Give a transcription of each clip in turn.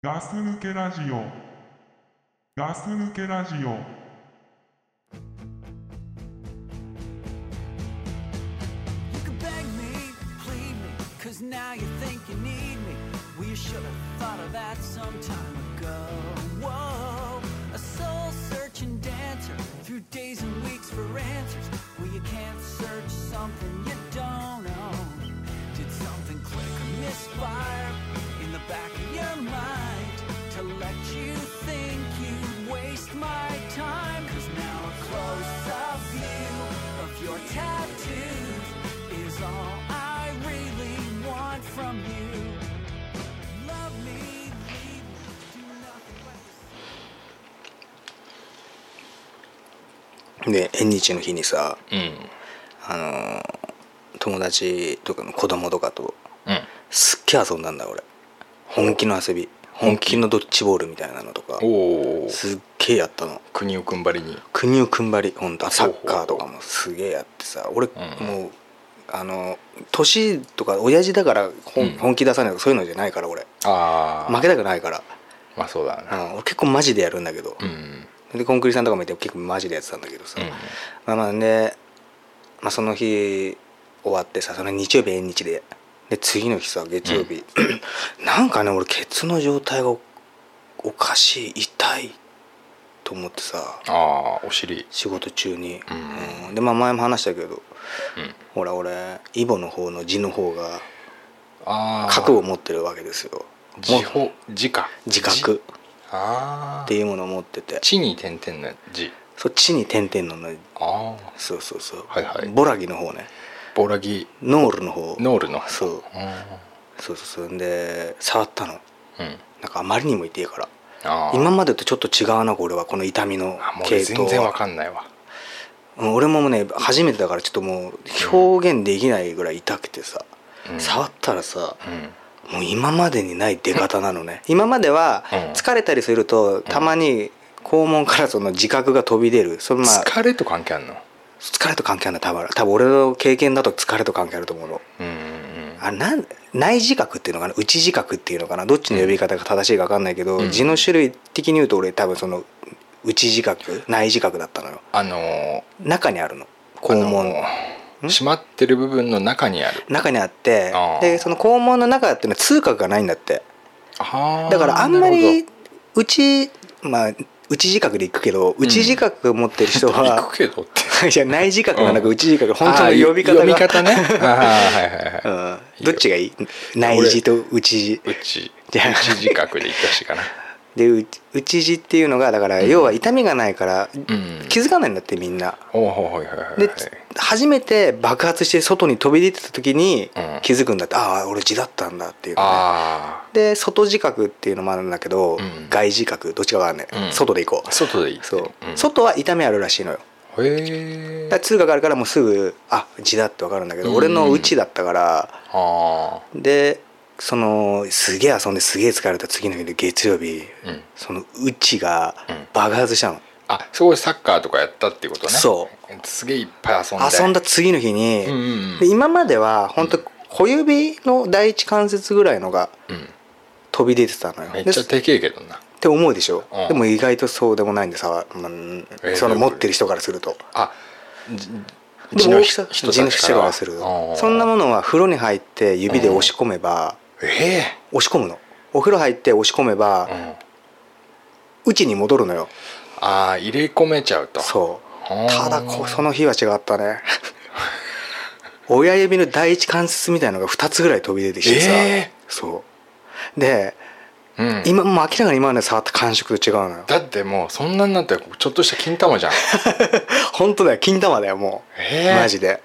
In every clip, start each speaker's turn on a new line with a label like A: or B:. A: ガス抜けラジオガス抜けラジオ
B: You can beg me, plead me, cause now you think you need me. We should have thought of that some time ago. Whoa, a soul searching dancer through days and weeks for answers. Well, you can't search something you don't own. Did something click or misfire in the back of your mind to let you think you waste my time? Cause now a close up view of your tattoos is all I really want from you. Love me, leave me, do nothing but the
C: で縁日の日にさ
D: うん
C: あのー友達とかの子供とかと
D: うん
C: すっげえ遊んだんだ俺本気の遊び本気のドッジボールみたいなのとか
D: おお
C: すっげえやったの
D: 国を君張りに
C: 国を組んばりほんとサッカーとかもすげえやってさ俺
D: うん
C: もうあの年とか親父だから本,、
D: うん
C: 本気出さないとかそういうのじゃないから俺
D: ああ
C: 負けたくないから、
D: まあそうだな
C: うん、俺結構マジでやるんだけど
D: う、ん
C: でコンクリさんとかもいて結構マジでやってたんだけどさ、
D: うん
C: まあまあね、まあ、その日終わってさその日曜日縁日でで次の日さ月曜日、 なんかね俺ケツの状態がおおかしい痛いと思ってさ
D: ああお尻
C: 仕事中に、
D: うん
C: うんでまあ前も話したけど
D: うん
C: ほら俺イボの方の字の方が
D: ああ
C: 覚悟を持ってるわけですよ
D: 自
C: もう
D: 保自家
C: 自覚
D: ああ
C: っていうものを持ってて
D: 地に点々の字
C: そっちに点々のね
D: ああ
C: そうそうそう、
D: はいはい
C: ボラギの方ね
D: ボラギ
C: ノールの方
D: ノールの
C: そうそうそうそうで触ったの
D: うん、うん、
C: なんかあまりにも痛いから
D: ああ
C: 今までとちょっと違うなこれはこの痛みの
D: あもう俺
C: 系
D: 全
C: 統
D: 然わ
C: は
D: かんないわ
C: うん俺もね初めてだからちょっともう表現できないぐらい痛くてさ、
D: うん
C: 触ったらさ
D: うん
C: もう今までにない出方なのね今までは
D: うん
C: 疲れたりするとたまに肛門からその自覚が飛び出るそれまあ
D: 疲れと関係あるの
C: 疲れと関係あるの多分多分俺の経験だと疲れと関係あると思うの
D: うんうん
C: あなん内自覚っていうのかな内自覚っていうのかなどっちの呼び方が正しいか分かんないけど、
D: うん
C: 字の種類的に言うと俺多分その内自覚内自覚だったのよ
D: あのー
C: 中にあるの肛門、
D: あのー閉まってる部分の中にある
C: 中にあって
D: あー
C: でその肛門の中っていうのは痛覚がないんだって
D: あー
C: だからあんま
D: なる
C: り内まあ内自覚でいくけど内自覚持ってる人
D: ほど 行
C: は
D: く、けどって
C: いや内自覚がなく
D: うん
C: 内自覚本当の呼び方が
D: あー呼び 方ねあーはいはいはい、
C: うん、どっちがいい内耳と内耳
D: うち
C: じゃあ
D: うち自覚で言ってほしいかな
C: でう内耳っていうのがだから要は痛みがないから
D: うん
C: 気づかないんだってみんな。
D: おおはいはいはいはい
C: でつ初めて爆発して外に飛び出てた時に
D: うん
C: 気づくんだって、ああ俺字だったんだっていうのね、
D: あ
C: で外自覚っていうのもあるんだけど、
D: うん
C: 外自覚どっちかわかんない、
D: うん
C: 外で行こ
D: あ外でいいっ
C: う
D: て
C: そう、
D: ん
C: 外は痛みあるらしいのよだ
D: へえ
C: から通学あるからもうすぐあ字だってわかるんだけど、
D: うん
C: 俺のうちだったから
D: あ
C: でそのすげえ遊んですげえ疲れた次の日で月曜日
D: あうん
C: そのうちが
D: うん
C: 爆発したの、
D: あそこでサッカーとかやったってことね
C: そう
D: すげえいっぱい遊んで
C: 遊んだ次の日に、
D: うんうんう
C: で
D: ん
C: 今までは本当小指の第一関節ぐらいのが
D: うん
C: 飛び出てたのよ
D: めっ
C: で
D: ちゃ
C: っ
D: でけえけどな
C: て思うでしょ、
D: うん
C: でも意外とそうでもないんでさ、うん
D: えー
C: その
D: どういうこと
C: 持ってる人からすると
D: あ
C: で
D: じ
C: も
D: う
C: 大き
D: ち
C: さ
D: の
C: 地
D: 人たち
C: の人からする
D: あ
C: と
D: ー
C: そんなものは風呂に入って指で押し込めば、
D: え
C: 押し込むのお風呂入って押し込めば、
D: えうん
C: うちに戻るのよ
D: ああ入れ込めちゃうと
C: そう
D: あー
C: ただこその日は違ったね 親指の第一関節みたいのが2つぐらい飛び出てきてさ、
D: え
C: そうで
D: うん
C: 今もう明らかに今まで触った感触と違うのよ
D: だってもうそんなんなったらちょっとした金玉じゃん
C: 本当だよ金玉だよもう、
D: えー
C: マジで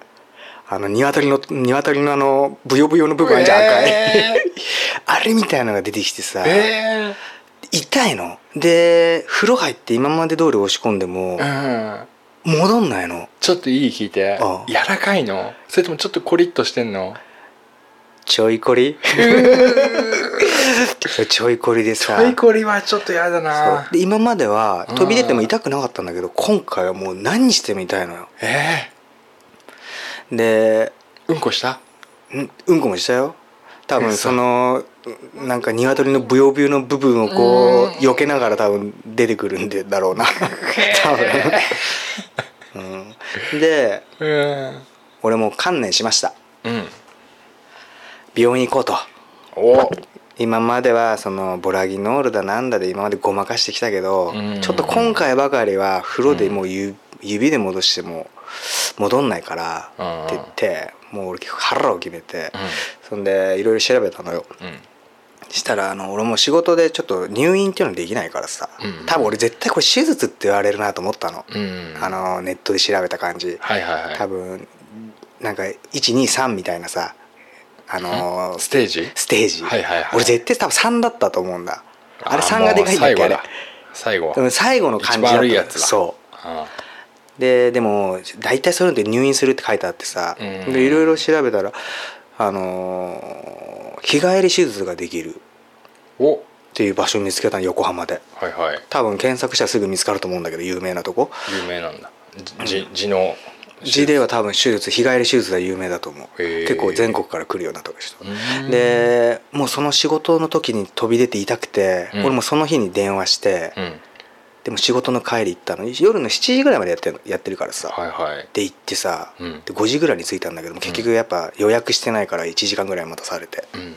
C: あの鶏の鶏のあのブヨブヨの部分あるじゃん、赤い あれみたいなのが出てきてさ、
D: えーえ
C: 痛いので風呂入って今まで通り押し込んでも
D: ーうん
C: 戻んないの
D: ちょっといい聞いて
C: うん
D: 柔らかいのそれともちょっとコリッとしてんの
C: ちょいこり ちょいこりでさ
D: パイコリはちょっとやだ
C: そう
D: な
C: で今までは
D: うん
C: 飛び出ても痛くなかったんだけど今回はもう何にしても痛いのよ
D: え
C: で
D: ー、うんこした
C: んうんこもしたよ多分そのなんか鶏のブヨブヨの部分をこう避けながら多分出てくるんでだろうな多分、うん、で
D: うん
C: 俺もう観念しました
D: うん
C: 病院行こうと
D: お
C: 今まではそのボラギノールだなんだで今までごまかしてきたけど、
D: うん
C: ちょっと今回ばかりは風呂でもうゆ、指で戻しても戻んないから
D: うん
C: って言ってもう俺腹を決めて、
D: うん
C: そんでいろいろ調べたのよ
D: うん
C: したらあの俺もう仕事でちょっと入院っていうのできないからさ、
D: うん
C: 多分俺絶対これ手術って言われるなと思ったの、
D: うん
C: あのネットで調べた感じ、
D: はいはいはい
C: 多分なんか123みたいなさあ の
D: ステージ
C: ステージ、
D: はいはいはい
C: 俺絶対多分3だったと思うんだあれ
D: ー
C: 3がでかいんだっけ
D: も
C: あ
D: う
C: れ
D: 最後だ
C: で
D: 最後
C: も
D: は
C: 最後の感じだっ
D: 一番
C: た
D: 悪いやつだ
C: そ
D: あ
C: うででも大体そういうのって入院するって書いてあってさ
D: うん
C: でいろいろ調べたらあのー日帰り手術ができる
D: ーお
C: っていう場所を見つけたの横浜で
D: はいはい
C: 多分検索したらすぐ見つかると思うんだけど有名なとこ
D: 有名なんだじ地の
C: 字では多分手術日帰り手術が有名だと思う
D: へー
C: 結構全国から来るようなとこ人
D: うん
C: でもうその仕事の時に飛び出て痛くて、
D: うん
C: 俺もその日に電話して、
D: うん
C: でも仕事の帰り行ったの夜の7時ぐらいまでやってるやってるからさ、
D: はいはい
C: で行ってさ、
D: うん
C: で5時ぐらいに着いたんだけども結局やっぱ予約してないから1時間ぐらい待たされて
D: うん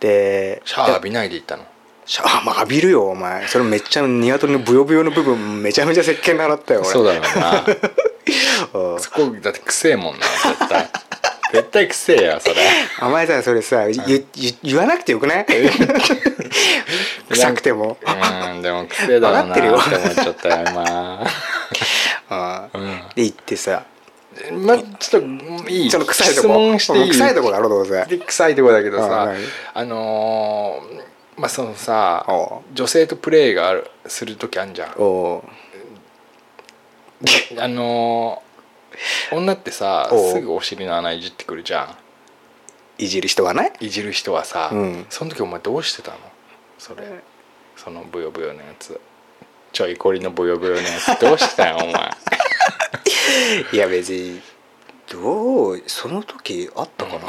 C: で
D: シャワー浴
C: び
D: びないで行ったの
C: シャワーまあ浴びるよお前それめっちゃ鶏のブヨブヨの部分めちゃめちゃ石鹸習ったよ俺
D: そうだろうな
C: うん
D: そこだってくせえもんな絶対絶対くせえやそれ
C: お前さそれさ、ゆゆ言わなくてよくない 臭くても
D: うんでもくせえだろうな
C: わかっ
D: って
C: てる
D: 思
C: よ
D: っちゃったよ今
C: うん
D: う
C: で行ってさ
D: んまちょっといい
C: その臭いと
D: 質
C: こ
D: 問していい
C: 臭いとこだろどうせ
D: で臭いとこだけど
C: うん
D: さ
C: 何
D: あのーまあそのさ
C: おう
D: 女性とプレイがあるする時あんじゃん
C: おう
D: あのー女ってさ
C: おう
D: すぐお尻の穴いじってくるじゃ
C: いじる人はない
D: んいじる人はさ、
C: うん
D: その時お前どうしてたのそれそのブヨブヨのやつちょいこりのブヨブヨのやつどうしてたん お前
C: いや別にどうその時あったかな、
D: うん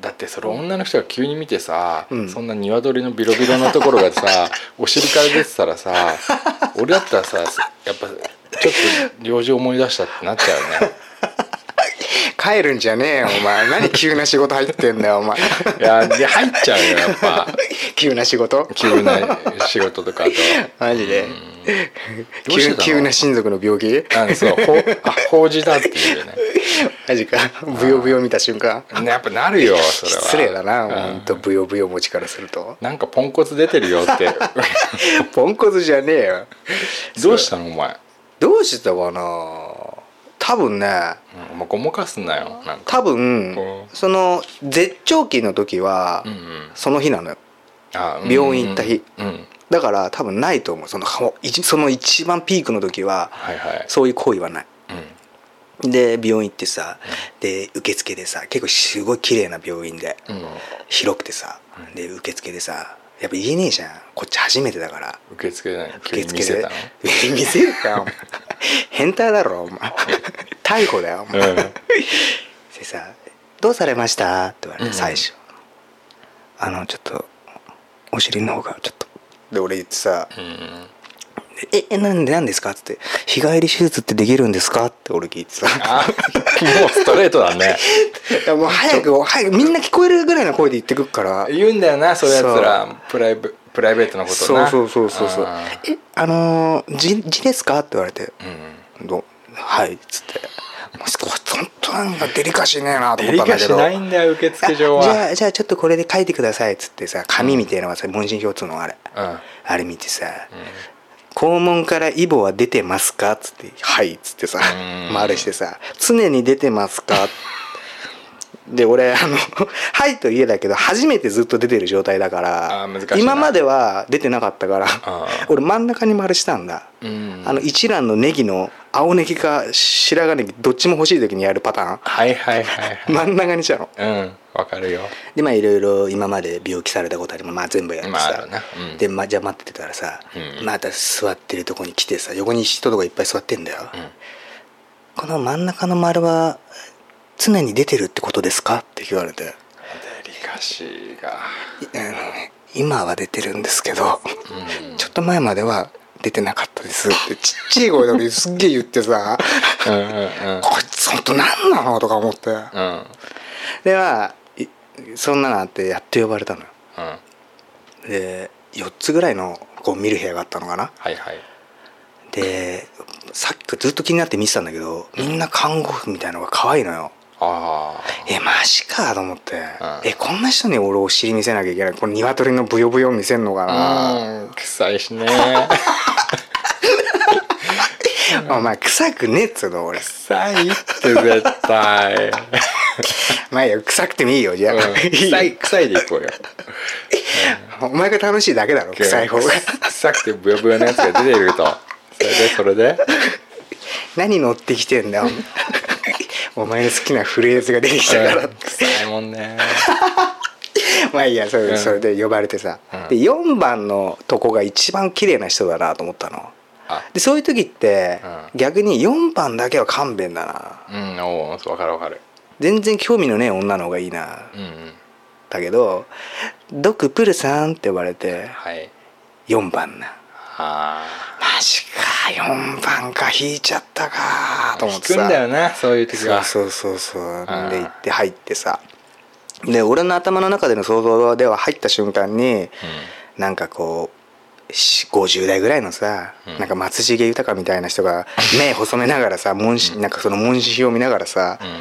D: だってそれ女の人が急に見てさ、
C: うん
D: そんな鶏のビロビロのところがさお尻から出てた らさ俺だったらさやっぱちょっと領事思い出したってなっちゃうね
C: 帰るんじゃねえよお前何急な仕事入ってんだよお前
D: いやで入っちゃうよやっぱ
C: 急な仕事
D: 急な仕事とかあと
C: マジで
D: どうし
C: 急
D: てたの
C: 急な親族の病気
D: あそうほあ法事だっていうよね
C: マジかブヨブヨ見た瞬間
D: ねやっぱなるよそれは
C: 失礼だな
D: うん
C: 本当ブヨブヨ持ちからする と
D: なんかポンコツ出てるよって
C: ポンコツじゃねえよ
D: どうしたのお前、
C: どうしてたかな多分ね
D: うんお前ごまかすなよなんか
C: 多分
D: うん
C: その絶頂期の時は
D: うんうん
C: その日なのよ
D: あうん
C: 病院行った日
D: うん
C: だから多分ないと思うそのもう一その一番ピークの時は
D: はいはい
C: そういう行為はない
D: うん
C: で病院行ってさで受付でさ結構すごい綺麗な病院で
D: うん
C: 広くてさで受付でさやっぱ言えねえじゃんこっち初めてだから
D: 受付で何急
C: 受
D: に見
C: 付
D: せ
C: で
D: た
C: 見せるかお前変態だろお前逮捕だよお前
D: のうん
C: でさ「どうされました?」って言われ
D: う
C: て
D: ん
C: 最初「あのちょっとお尻の方がちょっと」で俺言ってさ
D: うん
C: 「ええなんでなんですか?」っつって「日帰り手術ってできるんですか?」って俺聞いてさ
D: あもうストレートだね
C: いや もう早く早くみんな聞こえるぐらいの声で言ってくっから
D: 言うんだよなそういうやつらプライブプライベートなこと
C: そう
D: な
C: そうそうそうそう
D: あ
C: 「
D: ー
C: えあのー字字ですか?」って言われて
D: う
C: 「
D: ん
C: どはい」っつって「もうこれ本当なんかデリカシーねえな」と
D: デ
C: 思っ
D: リ
C: たんだけ
D: カシ
C: ど
D: ーないんだよ受付上
C: あ
D: は
C: じゃあじゃあちょっとこれで書いてくださいっつってさ紙みたいなのがさ問診票っつうのあれ、
D: うん
C: あれ見てさ「肛門からイボは出てますか?」っつって「はい」っつってさ
D: うん
C: 丸してさ「常に出てますか?」 で俺あの「はい」と言えだけど初めてずっと出てる状態だから
D: あー難しいな
C: 今までは出てなかったから
D: ー
C: 俺真ん中に丸したんだ、
D: うん
C: あの一蘭のネギの青ネギか白髪ネギどっちも欲しい時にやるパターン
D: はいはいはいはい
C: 真ん中にしたの
D: うんわかるよ
C: でまあいろいろ今まで病気されたことありもまあ全部やって
D: まああ
C: さ
D: るなうん
C: で、まあ、じゃあ待っててたらさ、
D: うん
C: また座ってるとこに来てさ横に人とかいっぱい座ってんだよ、
D: ん
C: この真ん中の丸は常に出てるってことですかって言われて
D: デリ難しいが
C: あのね今は出てるんですけど
D: うん
C: ちょっと前までは出てなかったですってちっちゃい声で俺すっげえ言ってさ
D: うんうんうん
C: こいつほんと何なのとか思って
D: うん
C: でまあいそんなのあってやっと呼ばれたのよ
D: うん
C: で4つぐらいのこう見る部屋があったのかな
D: はいはい
C: でさっきからずっと気になって見てたんだけどみんな看護婦みたいのが可愛いのよ
D: あ
C: えマジかと思って、
D: ん
C: えこんな人に俺お尻見せなきゃいけないこの鶏のブヨブヨ見せんのかな、
D: あうん臭いしね
C: お前臭くねえっつうの俺
D: 臭いって絶対
C: まあいいよ臭くてもいいよじゃあ、
D: うん臭い臭いでいこうよ
C: お前が楽しいだけだろ臭い方が
D: 臭くてブヨブヨのやつが出ているとそれでそれで
C: 何乗ってきてんだ よお前の好きなフレーズが出てきたから
D: うん臭いもんね
C: まあいいやそれ,、
D: うん
C: それで呼ばれてさ、
D: うん
C: で4番のとこが一番綺麗な人だなと思ったの
D: あ
C: でそういう時って、
D: うん
C: 逆に4番だけは勘弁だな
D: うんおお分かる分かる
C: 全然興味のねえ女の方がいいな
D: うんうん
C: だけど「ドクプルさん」って呼ばれて
D: はい
C: 4番な
D: あ
C: マジか4番か引いちゃったか
D: あ
C: と
D: と
C: 思
D: 引
C: って
D: くん
C: さ
D: だよなそういう時
C: そう
D: は
C: そうそうそう
D: うん
C: で行って入ってさで俺の頭の中での想像では入った瞬間になんかこうし50代ぐらいのさ、
D: うん
C: なんか松重豊みたいな人 が目細めながらさ問しなんかその問診票を見ながらさ、
D: うんうん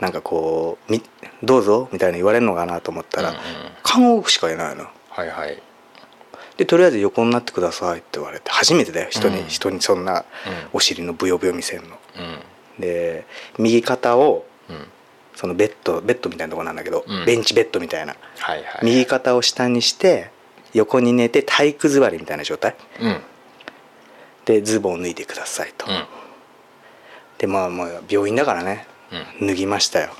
C: なんかこうみ「どうぞ」みたいな言われるのかなと思ったら、
D: うんうん
C: 看護婦しかいないの。
D: はいはい
C: でとりあえず横になってくださいって言われて初めてだよ人に、
D: うん
C: 人にそんな
D: うん
C: お尻のブヨブヨ見せんの。
D: うん
C: で右肩を
D: うん
C: そのベッドベッドみたいなとこなんだけど、
D: うん
C: ベンチベッドみたいな
D: はいはい
C: 右肩を下にして横に寝て体育座りみたいな状態
D: うんうん
C: でズボンを脱いでくださいと、でまあまあ病院だからね
D: う
C: 脱ぎましたよ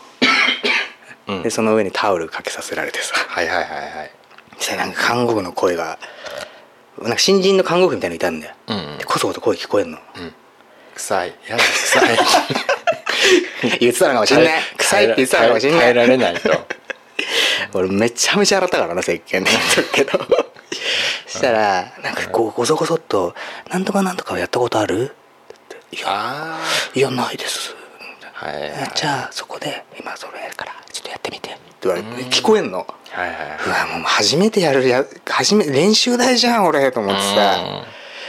D: うん
C: でその上にタオルかけさせられてさ
D: はいはいはいはい
C: そしたらなんか看護婦の声がなんか新人の看護婦みたいのいたんだよ、
D: うんうん
C: でこそこそ声聞こえんの
D: 臭いやだ臭い
C: 言ってたのかもし んない臭いって言ってたのかもしんな
D: 耐えら
C: い
D: れないと
C: 俺めちゃめちゃ洗ったからな石鹸で言っとくけ どそしたらなんかこうごそごそっと「なんとかなんとかをやったことある?」って言って「いや
D: あ
C: いやないです」
D: あはいはい
C: じゃあそこで今それやるからちょっとやってみて」って言われて聞こえんの
D: はいうは
C: わもう初めてやるや初め練習台じゃん俺と思って
D: うん
C: さ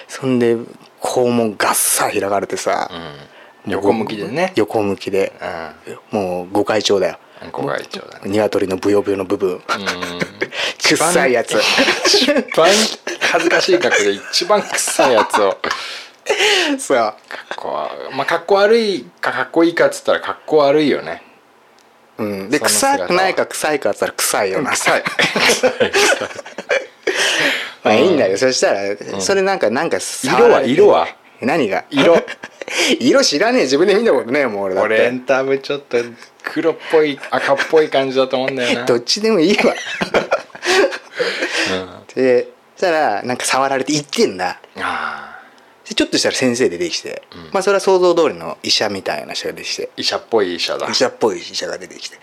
C: そんで肛門ガッサー開かれてさ
D: い、うん横向きでね
C: 横向きで
D: う、ん
C: もうご会長だよ
D: ご会長だね
C: 鶏のブヨブヨの部分、
D: うん
C: くっさいやつ
D: 一番恥ずかしい格好で一番臭いやつを
C: そう
D: こうまあ格好悪いか格好いいかっつったら格好悪いよね
C: うん、で
D: その姿
C: 臭くないか臭いかっつったら臭いよな臭いまあいいんだけど、そしたらそれなんかなんか触られて
D: 色は
C: 何が
D: 色
C: 色知らねえ自分で見たことねえもん俺だっ
D: 俺エ
C: て
D: ンタブちょっと黒っぽい赤っぽい感じ だと思うんだよな
C: どっちでもいいわでそしたらなんか触られて言ってんだ
D: ああ
C: でちょっとしたら先生出てきて、まあそれは想像通りの医者みたいな人が出てきて
D: 医者っぽい医者だ
C: 医者っぽい医者が出てきて、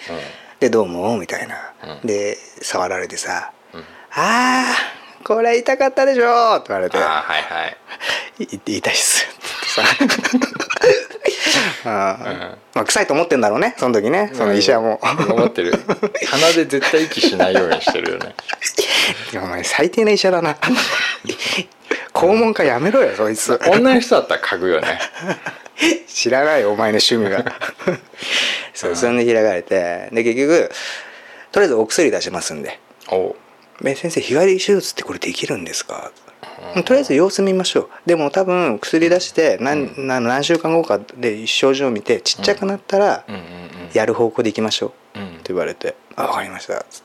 C: で「どうも」みたいな、
D: うん
C: で触られてさ「
D: ん
C: あーこれ痛かったでしょ」って言われて
D: ああはいはい
C: 「い痛いっ す」って言ってさあー、まあ、臭いと思ってんだろうねその時ねその医者も
D: うん思ってる 鼻で絶対息しないようにしてるよね
C: いやお前最低な医者だな 肛門科やめろよそいつ
D: 女の人だったら嗅ぐよ ね
C: 知らないよお前の趣味が そうそんで開かれてで結局とりあえずお薬出しますんで
D: おう
C: え先生日帰り手術ってこれできるんですかとりあえず様子見ましょうでも多分薬出して何,、な何週間後かで症状を見てちっちゃくなったら
D: うんうんうん
C: やる方向でいきましょう、
D: うん
C: って言われて「あ分かりました」つっ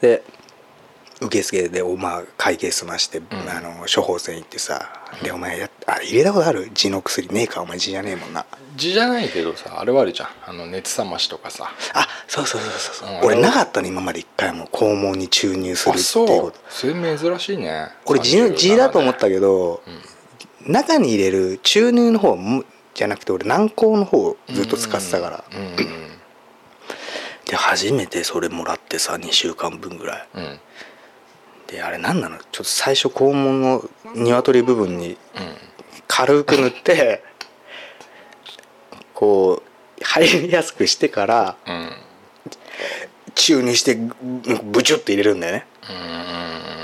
C: てで受付でお、まあ、会計済まして、あの処方箋行ってさ「でお前やあれ入れたことある痔の薬ねえかお前痔じゃねえもんな」
D: 字じゃないけどさあれはあるじゃんあの熱冷ましとかさ
C: あそうそうそうそうそう、
D: うん
C: 俺なかったの今まで一回も肛門に注入する
D: あ
C: っていうこ
D: そう
C: と
D: それ珍しいね
C: 俺痔痔だと思った
D: け
C: けど、中に入れる注入の方むじゃなくて俺軟膏の方をずっと使ってたから、
D: うんうんうん
C: で初めてそれもらってさ2週間分ぐらい
D: うんうん
C: であれ何なのちょっと最初肛門の鶏部分に軽く塗ってこう入りやすくしてから
D: うん
C: 中にしてブチュッと入れるんだよね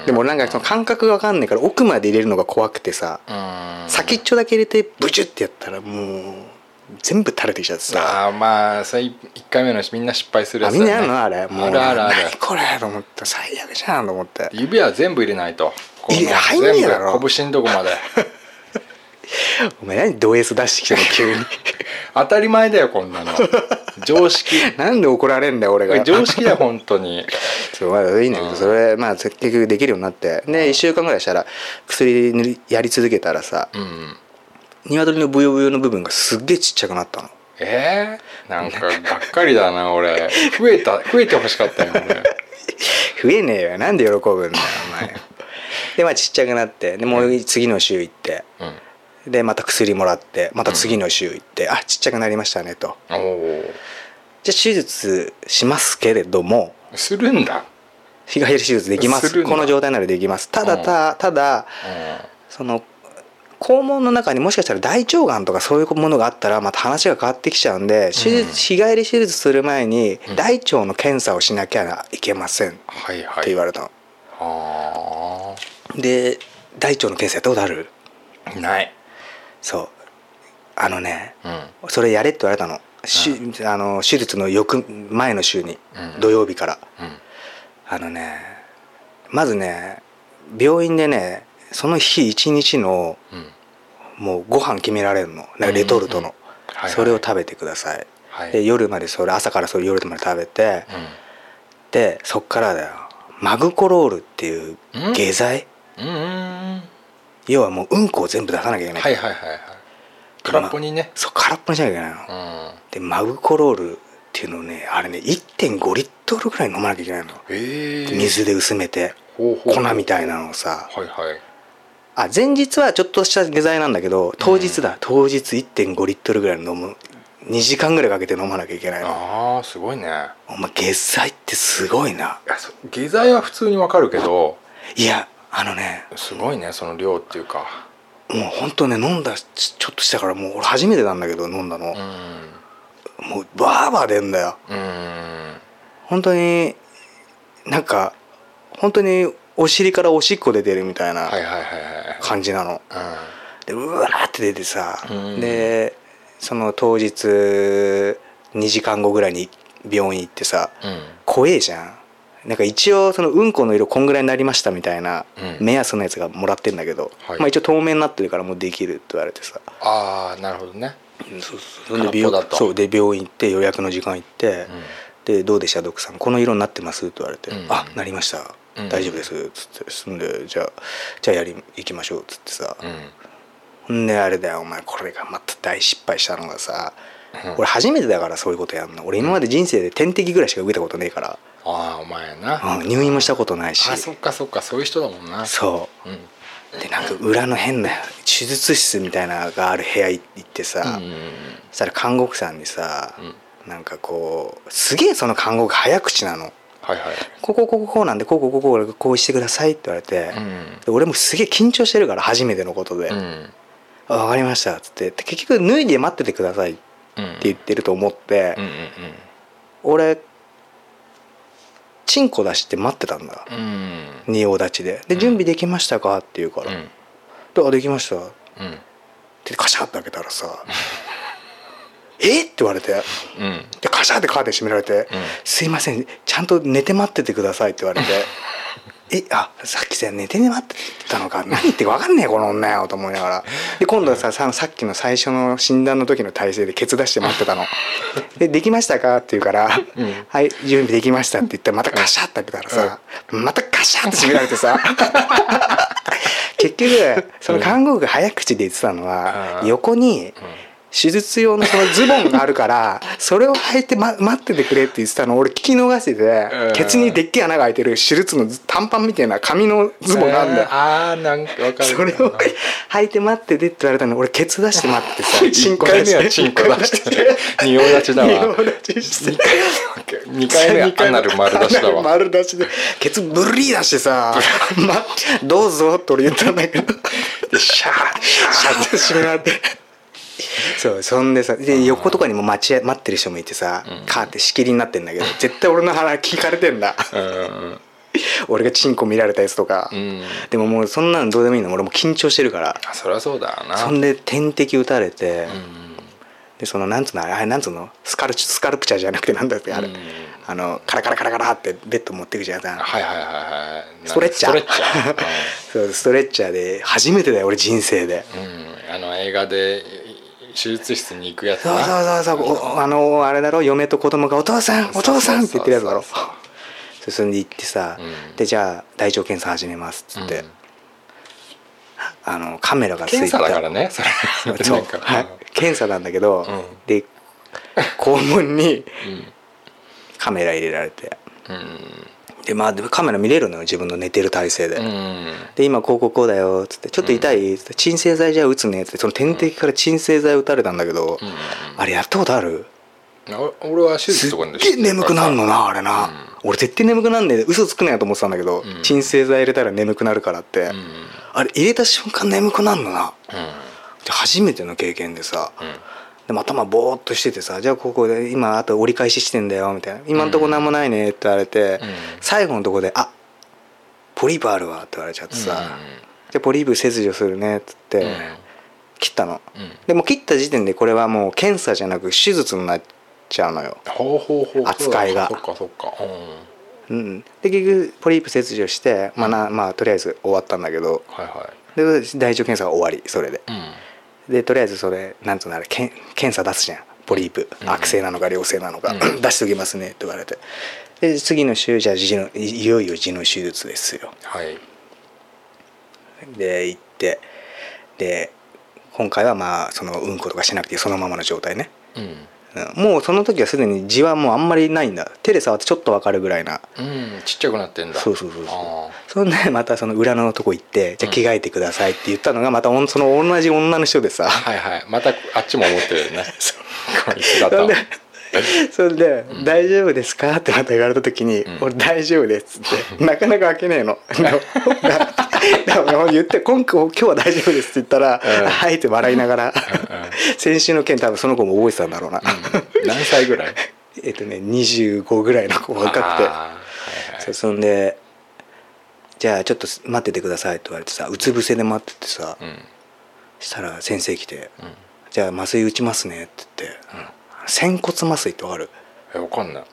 D: うん
C: でもなんかその感覚が分かんないから奥まで入れるのが怖くてさ
D: うん
C: 先っちょだけ入れてブチュッてやったらもう全部垂れてきちゃってさ
D: あーまあそれ一一回目のみんな失敗する
C: あ
D: やつ
C: み
D: だ
C: ん
D: よ
C: な
D: ね
C: やるのあれもう
D: あるあるある
C: 何これと思って最悪じゃんと思って
D: 指は全部入れないとこの
C: いや入んねえだろ
D: 全部拳のとこまで
C: お前何ド S 出してきたの急に
D: 当たり前だよこん なの 常識
C: なんで怒られんだよ俺が
D: 常識だよ本当に
C: そうまだいいんだけど、
D: うん
C: それまあ結局できるようになってで1週間ぐらいしたら薬塗りやり続けたらさ
D: うん
C: 鶏のブヨブヨの部分がすっげえちっちゃくなったの
D: えー、なんかがっかりだな俺増えた増えてほしかったよ俺
C: 増えねえよなんで喜ぶんだよお前 でまあちっちゃくなってでもう次の週行って
D: うん
C: でまた薬もらってまた次の週行って、あちっちゃくなりましたねと
D: おお
C: じゃあ手術しますけれども
D: するんだ、
C: 日帰り手術できます
D: するんだ
C: この状態ならできますただただ、ただその肛門の中にもしかしたら大腸がんとかそういうものがあったらまた話が変わってきちゃうんで手術、
D: うん
C: 日帰り手術する前に
D: うん
C: 大腸の検査をしなきゃいけませんって
D: はいはい
C: 言われたの、
D: あ
C: で大腸の検査やったことある
D: ーない
C: そうあのね
D: うん
C: それやれって言われたの,、しあの手術の翌前の週に、
D: うん
C: 土曜日から
D: うん
C: あのねまずね病院でねその日一日の
D: うん
C: もうご飯決められるのなんかレトルトの、
D: はいはい
C: それを食べてください、
D: はい
C: で夜までそれ朝からそれ夜まで食べて、でそっからだよマグコロールっていう
D: うん
C: 下剤、
D: うんうんうん
C: 要はもううんこを全部出さなきゃいけない、
D: はいはいはいはい空っぽにね
C: そう空っぽにしなきゃいけないの、
D: うん
C: でマグコロールっていうのをねあれね1.5リットルぐらい飲まなきゃいけないの
D: えー、
C: 水で薄めて
D: ほうほう
C: 粉みたいなのをさ
D: はいはい
C: あ前日はちょっとした下剤なんだけど当日だ、当日1.5リットルぐらい飲む2時間ぐらいかけて飲まなきゃいけないの
D: あーすごいね
C: お前下剤ってすごいない
D: やそ下剤は普通にわかるけど
C: いやあのね
D: すごいねその量っていうか
C: もう本当ね飲んだちちょっとしたからもう俺初めてなんだけど飲んだの、
D: うん
C: もうバーバー出んだよ
D: うん
C: 本当になんか本当にお尻からおしっこ出てるみたいな
D: はいはいはいはい
C: 感じなの、でうわーって出てさ、
D: うん
C: でその当日2時間後ぐらいに病院行ってさ
D: うんうん
C: 怖えじゃんなんか一応そのうんこの色こんぐらいになりましたみたいな
D: うん
C: 目安のやつがもらってんだけど、
D: はい
C: まあ一応透明になってるからもうできるって言われてさ
D: ああなるほどね
C: そうそ
D: 空っぽ
C: で病
D: だと
C: そうで病院行って予約の時間行って、
D: うん
C: で「どうでしたドクさんこの色になってます?」って言われて「
D: うん
C: あなりました
D: うん
C: 大丈夫です」つって「そんでじゃあじゃあやり行きましょう」つってさ、
D: うん
C: ほんであれだよお前これがまた大失敗したのがさ、
D: うん
C: 俺初めてだからそういうことやんの俺今まで人生で点滴ぐらいしか受けたことねえから、
D: ああお前な、
C: うん入院もしたことないし
D: あそっかそっかそういう人だもんな、
C: そう
D: ん、
C: うでなんか裏の変な手術室みたいなのがある部屋行ってさ、
D: うん
C: そしたら看護婦さんにさ、
D: うん
C: なんかこうすげえその看護婦早口なの
D: はいはい
C: 「こうこうこうこうなんでこうこうこうこうこうしてください」って言われて、
D: うん
C: で俺もすげえ緊張してるから初めてのことで「
D: うん
C: あわかりました」っつってで結局脱いで待っててくださいって
D: うん
C: 言ってると思って、
D: うん
C: 俺チンコ出して待ってたんだ
D: うんうん
C: 仁王立ちで「で準備できましたか?」って言うか
D: う
C: ら
D: ん
C: 「であできました」っ
D: うん
C: てカシャって開けたら さ「えっ?」って言われて
D: うん
C: でカシャってカーテン閉められて
D: うん
C: 「すいませんちゃんと寝て待っててください」って言われ て「えあさっきさ寝て待ってたのか何言ってるか分かんねえこの女よ」と思いながらで今度はさささっきの最初の診断の時の体勢でケツ出して待って たの「でできましたか?」って言うから「
D: うん
C: はい準備できました」って言ってまたカシャって開けたらさ、またカシャって閉められてさ結局その看護婦が早口で言ってたのは、
D: うん
C: 横に手術用のそのズボンがあるからそれを履いて、ま、待っててくれって言ってたの俺聞き逃して
D: う
C: て
D: ん
C: ケツにでっけえ穴が開いてる手術の短パンみたいな紙のズボンがあるんだよ
D: あーあーなんかわかる
C: それを履いて待っててって言われたのに俺ケツ出して待っててさチ
D: 1
C: ンコ
D: 回
C: 出
D: 目
C: して
D: はチンコ出して仁王立ちだ
C: 仁
D: わ
C: 王立ちして
D: 2回目はアナル丸出しだ
C: アナル
D: わ
C: 丸出しでケツブリー出してさ「まどうぞ」って俺言ったんだけど
D: でシャー
C: シャッて閉まってそうそんでさで横とかにも待ち合待ってる人もいてさ、カーって仕切りになってんだけど絶対俺の腹聞かれてんだ
D: うん
C: 俺がチンコ見られたやつとか、
D: うん
C: でももうそんなのどうでもいいの俺もう緊張してるから
D: あそりゃそうだよな
C: そんで点滴打たれて、でそのなんつうのあれあれなんつうのスカルチスカルプチャーじゃなくてなんだっけあれ、
D: うん
C: あのカラカラカラカラってベッド持ってくじゃん、
D: はいはいはいはい
C: ストレッチャー
D: ストレッチ ャー
C: そうストレッチャーで初めてだよ俺人生で。
D: うんあの映画で手術室に行くやつ
C: そ
D: な
C: うそうそうそうおあのあれだろ嫁と子供が「お父さんお父さん」って言ってるやつだろ
D: そうそうそう
C: 進んで行ってさ、
D: うん
C: でじゃあ大腸検査始めますっつって、
D: うん
C: あのカメラがついて
D: 検査だから
C: ね
D: ねそれ
C: そう
D: なんか
C: はい検査なんだけど、
D: うん
C: で肛門にカメラ入れられて
D: うん
C: でまあでもカメラ見れるのよ自分の寝てる体勢で、
D: うん
C: で今こうこうこうだよっつって「ちょっと痛い?」っつって「鎮静剤じゃあ打つね」っつってその点滴から鎮静剤打たれたんだけど、
D: うん
C: あれやったことある
D: な俺は手術
C: すっ
D: とかで
C: げえ眠くなるのなあれな、俺絶対眠くなんねえで嘘つくなよと思ってたんだけど、
D: うん
C: 鎮静剤入れたら眠くなるからって、
D: うんうん
C: あれ入れた瞬間眠くなるのなで初めての経験でさ、
D: うん
C: でも頭ボーっとしててさ「じゃあここで今あと折り返ししてんだよ」みたいな「今んとこ何もないね」って言われて、
D: うん
C: 最後のとこで「あポリープあるわ」って言われちゃってさ「じゃあポリープ切除するね」っつって、
D: うん
C: 切ったの、
D: うん
C: でも切った時点でこれはもう検査じゃなく手術になっちゃうのよ、
D: ほうほうほう
C: 扱いが
D: そっかそっかうん
C: うん、で結局ポリープ切除して、まあなまあ、とりあえず終わったんだけど
D: はいは
C: で大腸検査が終わりそれで
D: いうん
C: でとりあえずそれなんつうのあれけん検査出すじゃんポリープ
D: うん
C: 悪性なのか良性なのか、
D: う ん
C: 出しておきますねって言われてで次の週じゃあ痔のいいよいよ痔の手術ですよ
D: はい
C: で行ってで今回はまあそのうんことかしなくてそのままの状態ね、
D: うん
C: うん、もうその時はすでに痔はもうあんまりないんだ手で触ってちょっとわかるぐらいな
D: うんちっちゃくなってんだ
C: そうそうそうそ
D: あ
C: うそんでまたその裏のとこ行って「じゃあ着替えてください」って言ったのがまたおんその同じ女の人でさ
D: ーはいはいまたあっちも思ってる よねこいつだ
C: そん
D: と
C: でそれで「大丈夫ですか?」ってまた言われた時に
D: ん
C: 「俺大丈夫です」ってなかなか開けねえの。だから言って今回今日は大丈夫ですって言ったら「
D: うん
C: はい」って笑いながら先週の件多分その子も覚えてたんだろうな、
D: 何歳ぐらい
C: えっとね25ぐらいの子若くて
D: あーはいは
C: そ
D: いう
C: そんで「じゃあちょっと待っててください」って言われてさうつ伏せで待っててさ、
D: うん
C: したら先生来て
D: うん
C: 「じゃあ麻酔打ちますね」って言って仙骨麻酔ってわかる
D: えわかんない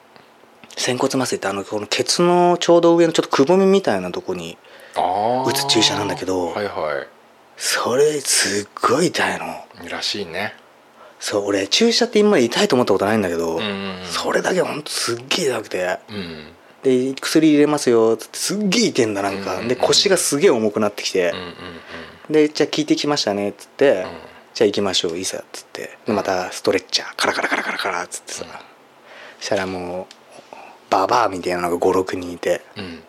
C: 仙骨麻酔ってあのこのケツのちょうど上のちょっとくぼみみたいなとこに
D: ああ
C: 打つ注射なんだけど
D: はいは
C: それすっごい痛いの
D: いらしいね
C: そう俺注射って今まで痛いと思ったことないんだけど、
D: うん
C: それだけほんとすっげえ痛くて
D: うん
C: で薬入れますよっつってすっげえ痛いんだなんか、
D: うん
C: で腰がすげえ重くなってきて
D: うんう、ん
C: でじゃあ聞いてきましたねっつって、
D: うん
C: じゃあ行きましょういざっつってでまたストレッチャーカラカラカラカラカラっつってさ、したらもうババアみたいなのが56人いて
D: うんうん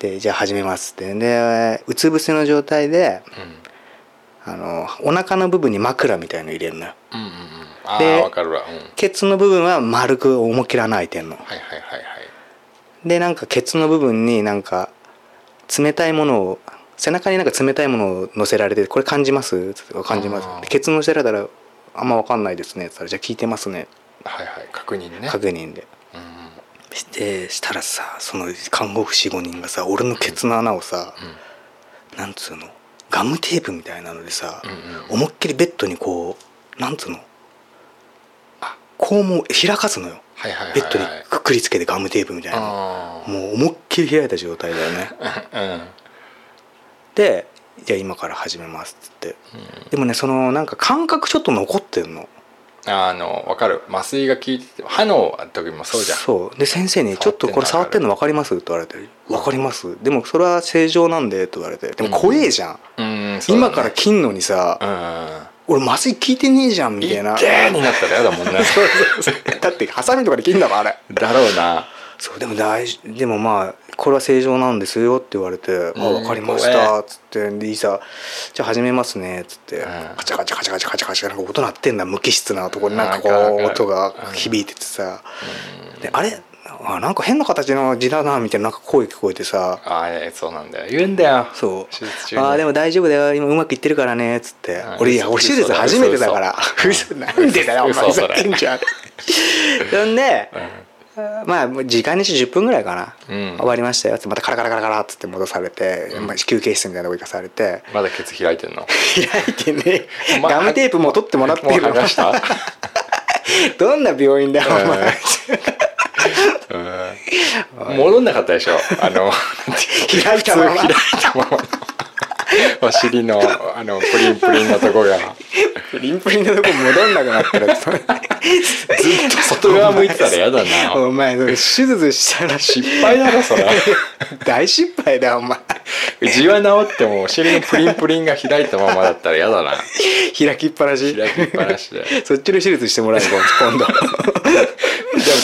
C: でじゃあ始めますってでうつ伏せの状態であのお腹の部分に枕みたいの入れるのよ
D: うんうんうんうんあ
C: で
D: あわかるわうん
C: ケツの部分は丸く思いっきり穴開いてんの
D: はいはいはいはい
C: でなんかケツの部分になんか冷たいものを背中になんか冷たいものを乗せられて「これ感じます?」つって感じま
D: あー
C: す」でケツ乗せられたら「あんま分かんないですね」つったら「じゃあ聞いてますね
D: はいはい確認」ね
C: 確認で。
D: うんうん
C: してしたらさその看護婦45人がさ俺のケツの穴をさ、なんつうのガムテープみたいなのでさ、
D: うんうん
C: 思いっきりベッドにこうなんつうのあ肛門を開かすのよ
D: はいはいはいはい
C: ベッドにくくりつけてガムテープみたいな
D: ああ
C: もう思いっきり開いた状態だよ ね
D: うん
C: でじゃあ今から始めますっつって、でもねそのなんか感覚ちょっと残ってんの
D: あのわかる麻酔が効いてて歯の時もそうじゃん
C: そうで先生に「ちょっとこれ触
D: 触っ
C: っててん
D: んの
C: の分かります?」って言われて「分かります」でもそれは正常なんで」って言われてでも怖えじゃん、
D: うんそうだね
C: 今から切んのにさ、
D: うん
C: 俺麻酔効いてねえじゃんみたいな
D: 痛えになったら嫌だもん ね
C: だってハサミとかで切んだろあれ
D: だろうな
C: そうでも大事でもまあこれは正常なんですよって言われて「あ
D: うん
C: 分かりました」っつってでいざ「じゃあ始めますね」っつって
D: ん
C: カチャカチャカチャカチャカチャカチャなんか音鳴ってんだ無機質なとこになんかこ
D: わかる
C: う
D: わかる
C: 音が響いててさであれあなんか変な形の字だなみたいななんか声聞こえてさ
D: ああえそうなんだよ言うんだよ
C: そう
D: 手術中
C: 「あーでも大丈夫だよ今うまくいってるからね」っつって
D: うん
C: 俺いや俺手
D: 嘘
C: 術
D: 嘘
C: 初めてだから 嘘なんでだよお
D: 嘘
C: 前ふ
D: そ
C: ざ
D: れ
C: けんじゃんそんでまあもう時間にして10分ぐらいかな、
D: うん
C: 終わりましたよってまたカラカラカラカラっつって戻されて、まあ、休憩室みたいなとこ行かされて
D: まだケツ開いてんの
C: 開いてね
D: お前
C: ガムテープも取ってもらって
D: もう
C: る
D: 剥がした
C: どんな病院だよお前、
D: うんうん戻んなかったでしょあの
C: 開いたまま
D: 普通開いたまま のお尻のあのプリンプリンのとこが
C: プリンプリンのとこ戻んなくなったらずっと
D: 外側向いてたら嫌だな
C: お前それ手術したら
D: 失敗だろそれ
C: 大失敗だよお前
D: 地は治ってもお尻のプリンプリンが開いたままだったら嫌だな
C: 開きっぱなし
D: 開きっぱなしででも
C: そっちの手術してもらえる今度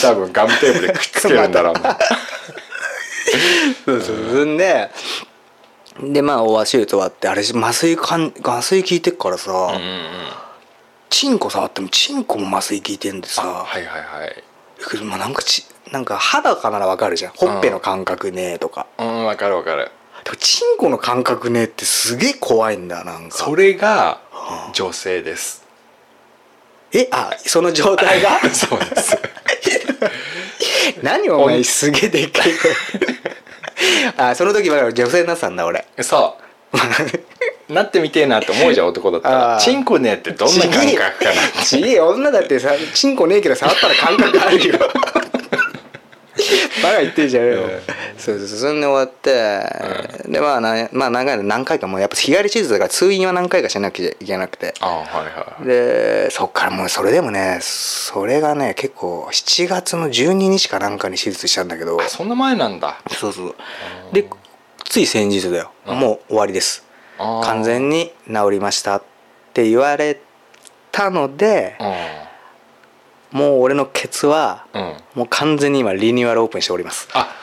D: 多分ガムテープでくっつけるんだろうな
C: そう そうそんででまあおわ手術終わってあれ麻酔かん麻酔効いてっからさ、
D: うんうんうん
C: チンコ触ってもチンコも麻酔効いてんでさ、
D: はいはいはい
C: けどまあなんかちなんか肌かならわかるじゃんほっぺの感覚ねとか、
D: うんわかるわかる
C: でもチンコの感覚ねってすげえ怖いんだなんか
D: それが女性です
C: えあその状態が
D: そうです
C: 何お前すげえでっかい声あその時まだ女性になってたんだ俺
D: そうんなってみてえなって思うじゃん男だった
C: あ
D: ら
C: ー
D: チンコねってどんな感覚かな
C: ちげえ女だってさチンコねえけど触ったら感覚あるよバカ言ってんじゃねえよ、
D: え
C: そうそうそんで終わって、でまあな、まあ、何回何回かもうやっぱ日帰り手術だから通院は何回かしなきゃいけなくて
D: あはいはい
C: でそっからもうそれでもねそれがね結構7月の12日かなんかに手術したんだけど
D: あそんな前なんだ
C: そうそうでつい先日だよ
D: うん
C: もう終わりです
D: あー
C: 完全に治りましたって言われたので
D: う
C: もう俺のケツは
D: んうん
C: もう完全に今リニューアルオープンしております
D: あ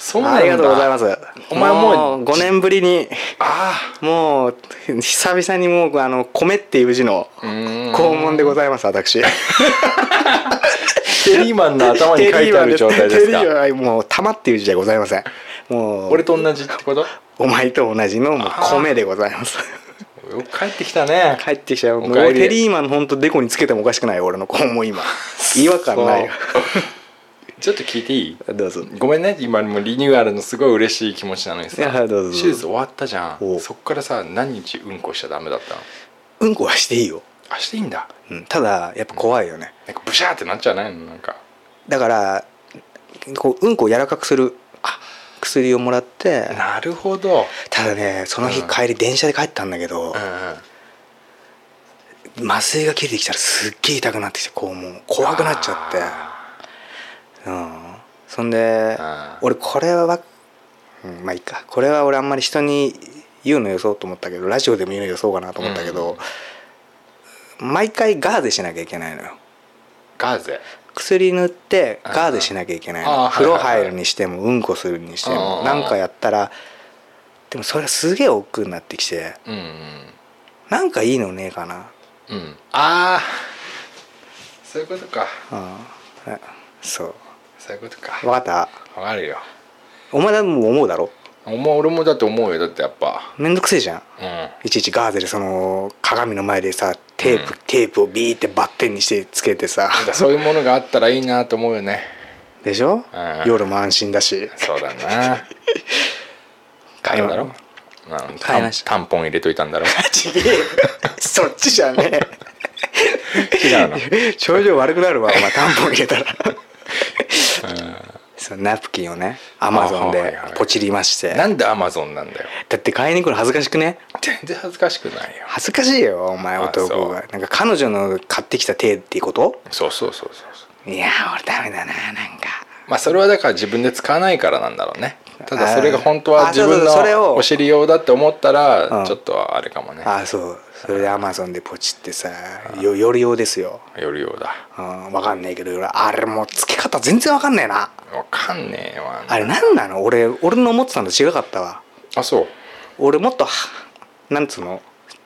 D: そうなんだ
C: ありがとうございます
D: お前もう
C: 5年ぶりに
D: あ
C: もう久々にもうあの米っていう字の
D: あうーん
C: 肛門でございます私
D: テリーマンの頭に書いてある状態で
C: テ
D: す
C: リー
D: か
C: はテリーはもう玉っていう字じゃございませんもう
D: 俺と同じってこと
C: お前と同じのもう米でございます
D: よく帰ってきたね
C: 帰ってきちゃうもう
D: おかえり
C: テリーマンほんとデコにつけてもおかしくないよ俺の子も 今違和感ないよ
D: ちょっと聞いていい
C: どうぞ
D: ごめんね今もリニューアルのすごい嬉しい気持ちなのに
C: いや
D: さ
C: どうぞ
D: 手術終わったじゃん
C: お
D: そっからさ何日うんこしちゃダメだったの
C: うんこはしていいよ、
D: あしていいんだ
C: うん、ただやっぱ怖いよね
D: なんかブシャーってなっちゃわないのなんか
C: だからこううんこを柔らかくする薬をもらって
D: なるほど
C: ただねその日
D: うん
C: 帰り電車で帰ったんだけど
D: うんうん
C: 麻酔が切れてきたらすっげえ痛くなってきてこうもう怖くなっちゃって
D: あ
C: うん、そんで
D: あー
C: 俺これは、うん、まあいいかこれは俺あんまり人に言うのよそうと思ったけどラジオでも言うのよそうかなと思ったけど、毎回ガーゼしなきゃいけないのよ
D: ーガーゼ
C: 薬塗ってガーゼしなきゃいけない
D: あ
C: の
D: ー
C: 風呂入
D: はいはい
C: るにしてもうんこするにして
D: う
C: も
D: ん
C: なんかやったらでもそれすげえ億劫になってきて
D: うん
C: なんかいいのねえかな
D: うんうんああそういうことか
C: うんえそう
D: そういうことか
C: 分かった
D: わかるよ
C: お前だも思うだろ
D: お前俺もだって思うよだってやっぱ
C: めんどくせえじゃん
D: うん
C: いちいちガーゼでその鏡の前でさテープ、
D: うん
C: テープをビーってバッテンにしてつけてさ
D: なんかそういうものがあったらいいなと思うよね
C: でしょ、
D: うん
C: 夜も安心だし
D: そうだな
C: 買いま
D: だろうん
C: 買いました
D: タンタンポン入れといたんだろ
C: ちげえよ そっちじゃね
D: 違うの
C: え 症状悪くなるわお前タンポン入れたらそのナプキンをねアマゾン
D: あはい
C: で
D: はい
C: ポチりまして、
D: なんでアマゾンなんだよ
C: だって買いに来るの恥ずかしくね
D: 全然恥ずかしくないよ
C: 恥ずかしいよお前
D: あ
C: 男がなんか彼女の買ってきた手っていうこと
D: そうそうそうそうそう
C: いや俺ダメだななんか
D: まあそれはだから自分で使わないからなんだろうねただそれが本当
C: あ
D: は自
C: そうそう
D: 分
C: それを
D: のお尻用だって思った
C: うん
D: らちょっとあれかもね
C: あそうそれでアマゾンでポチってさよより用ですよ、
D: よりようだ
C: うん、わかんないけどあれもう付け方全然わかんないな
D: わかんねえわ
C: あれなんなの俺俺の思ってたのと違かったわ
D: あそう
C: 俺もっとはなんつうの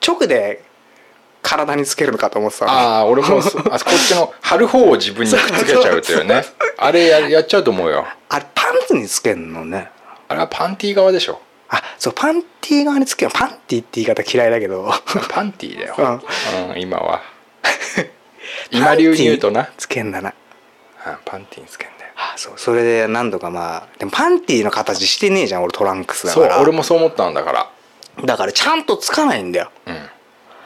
C: 直で体につけるのかと思ってたの
D: ああ俺もそ あこっちの貼る方を自分にくっつけちゃうというねあれややっちゃうと思うよ
C: あれパンツにつけんのね
D: あれはパンティー側でしょ
C: あそうパンティー側につけるパンティーって言い方嫌いだけど
D: パンティーだよ、
C: う
D: うん、今は 今流に言うとな
C: パンティーつけんだな
D: うんパンティーにつけんだよ
C: あそうそれで何度かまあでもパンティーの形してねえじゃん俺トランクスだ
D: そ
C: か
D: う
C: ら
D: 俺もそう思ったんだから
C: だからちゃんとつかないんだよ
D: うん